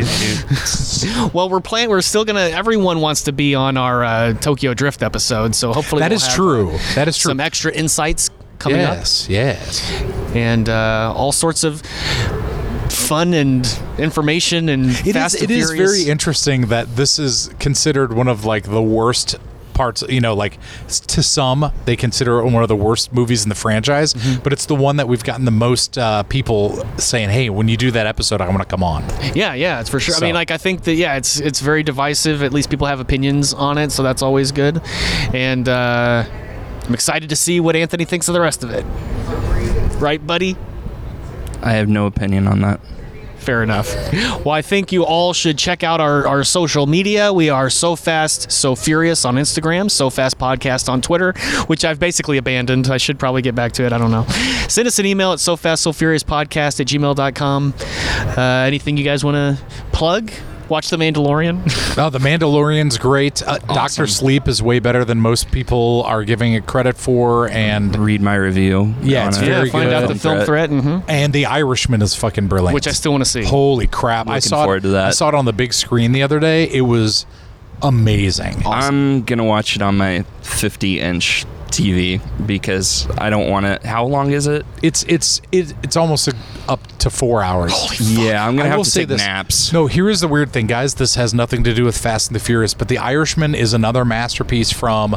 S1: well, we're playing. We're still gonna. Everyone wants to be on our uh, Tokyo Drift episode, so hopefully
S2: That
S1: we'll
S2: is
S1: have,
S2: true. That is
S1: uh,
S2: true.
S1: Some extra insights coming up.
S2: yes, yes.
S1: and uh, all sorts of fun and information and
S2: It is.
S1: fast
S2: It
S1: and
S2: is
S1: furious.
S2: very interesting that this is considered one of like the worst parts. You know, like s- to some they consider it one of the worst movies in the franchise,
S1: Mm-hmm.
S2: but it's the one that we've gotten the most uh, people saying, "Hey, when you do that episode, I want to come on."
S1: yeah yeah it's for sure i mean
S2: So.
S1: like i think that yeah it's it's very divisive at least people have opinions on it so that's always good and uh, i'm excited to see what anthony thinks of the rest of it right buddy
S3: I have no opinion on that.
S1: Fair enough. Well, I think you all should check out our, our social media. We are So Fast, So Furious on Instagram, So Fast Podcast on Twitter, which I've basically abandoned. I should probably get back to it. I don't know. Send us an email at So Fast, So Furious Podcast at gmail.com. Uh, anything you guys want to plug? Watch The Mandalorian.
S2: Oh, The Mandalorian's great. Uh, Doctor Sleep is way better than most people are giving it credit for, and
S3: Read my review.
S2: Yeah,
S3: on
S2: it's
S3: it.
S2: very
S1: Find
S2: good.
S1: out the film threat, hmm
S2: and The Irishman is fucking brilliant.
S1: which I still want to see.
S2: holy crap! I
S3: Looking
S2: saw
S3: forward
S2: it.
S3: to that.
S2: I saw it on the big screen the other day. It was amazing.
S3: I'm gonna watch it on my 50 inch TV because I don't want to. How long is it?
S2: It's it's it, it's almost a, up to four hours.
S3: Yeah, I'm gonna
S2: I
S3: have
S2: will
S3: to
S2: say
S3: take
S2: this.
S3: naps.
S2: No, here is the weird thing, guys. This has nothing to do with Fast and the Furious, but The Irishman is another masterpiece from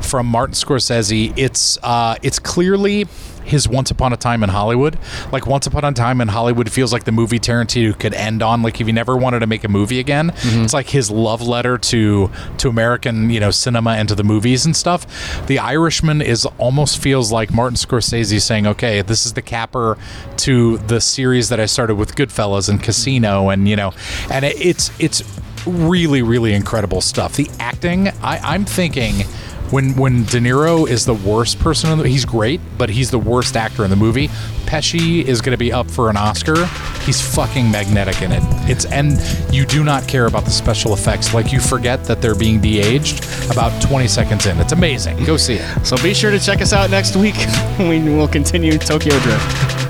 S2: from Martin Scorsese. It's uh, it's clearly his Once Upon a Time in Hollywood. Like Once Upon a Time in Hollywood feels like the movie Tarantino could end on. Like if he never wanted to make a movie again, it's like his love letter to to American you know cinema and to the movies and stuff. The Irishman is almost feels like Martin Scorsese saying, "Okay, this is the capper to the series that I started with Goodfellas and Casino, and you know, and it, it's it's." really really incredible stuff the acting I, i'm thinking When when De Niro is the worst person, in the, he's great, but he's the worst actor in the movie. Pesci is going to be up for an Oscar. He's fucking magnetic in it. It's and you do not care about the special effects. Like you forget that they're being de-aged about 20 seconds in. It's amazing. Go see it.
S1: So be sure to check us out next week. We will continue Tokyo Drift.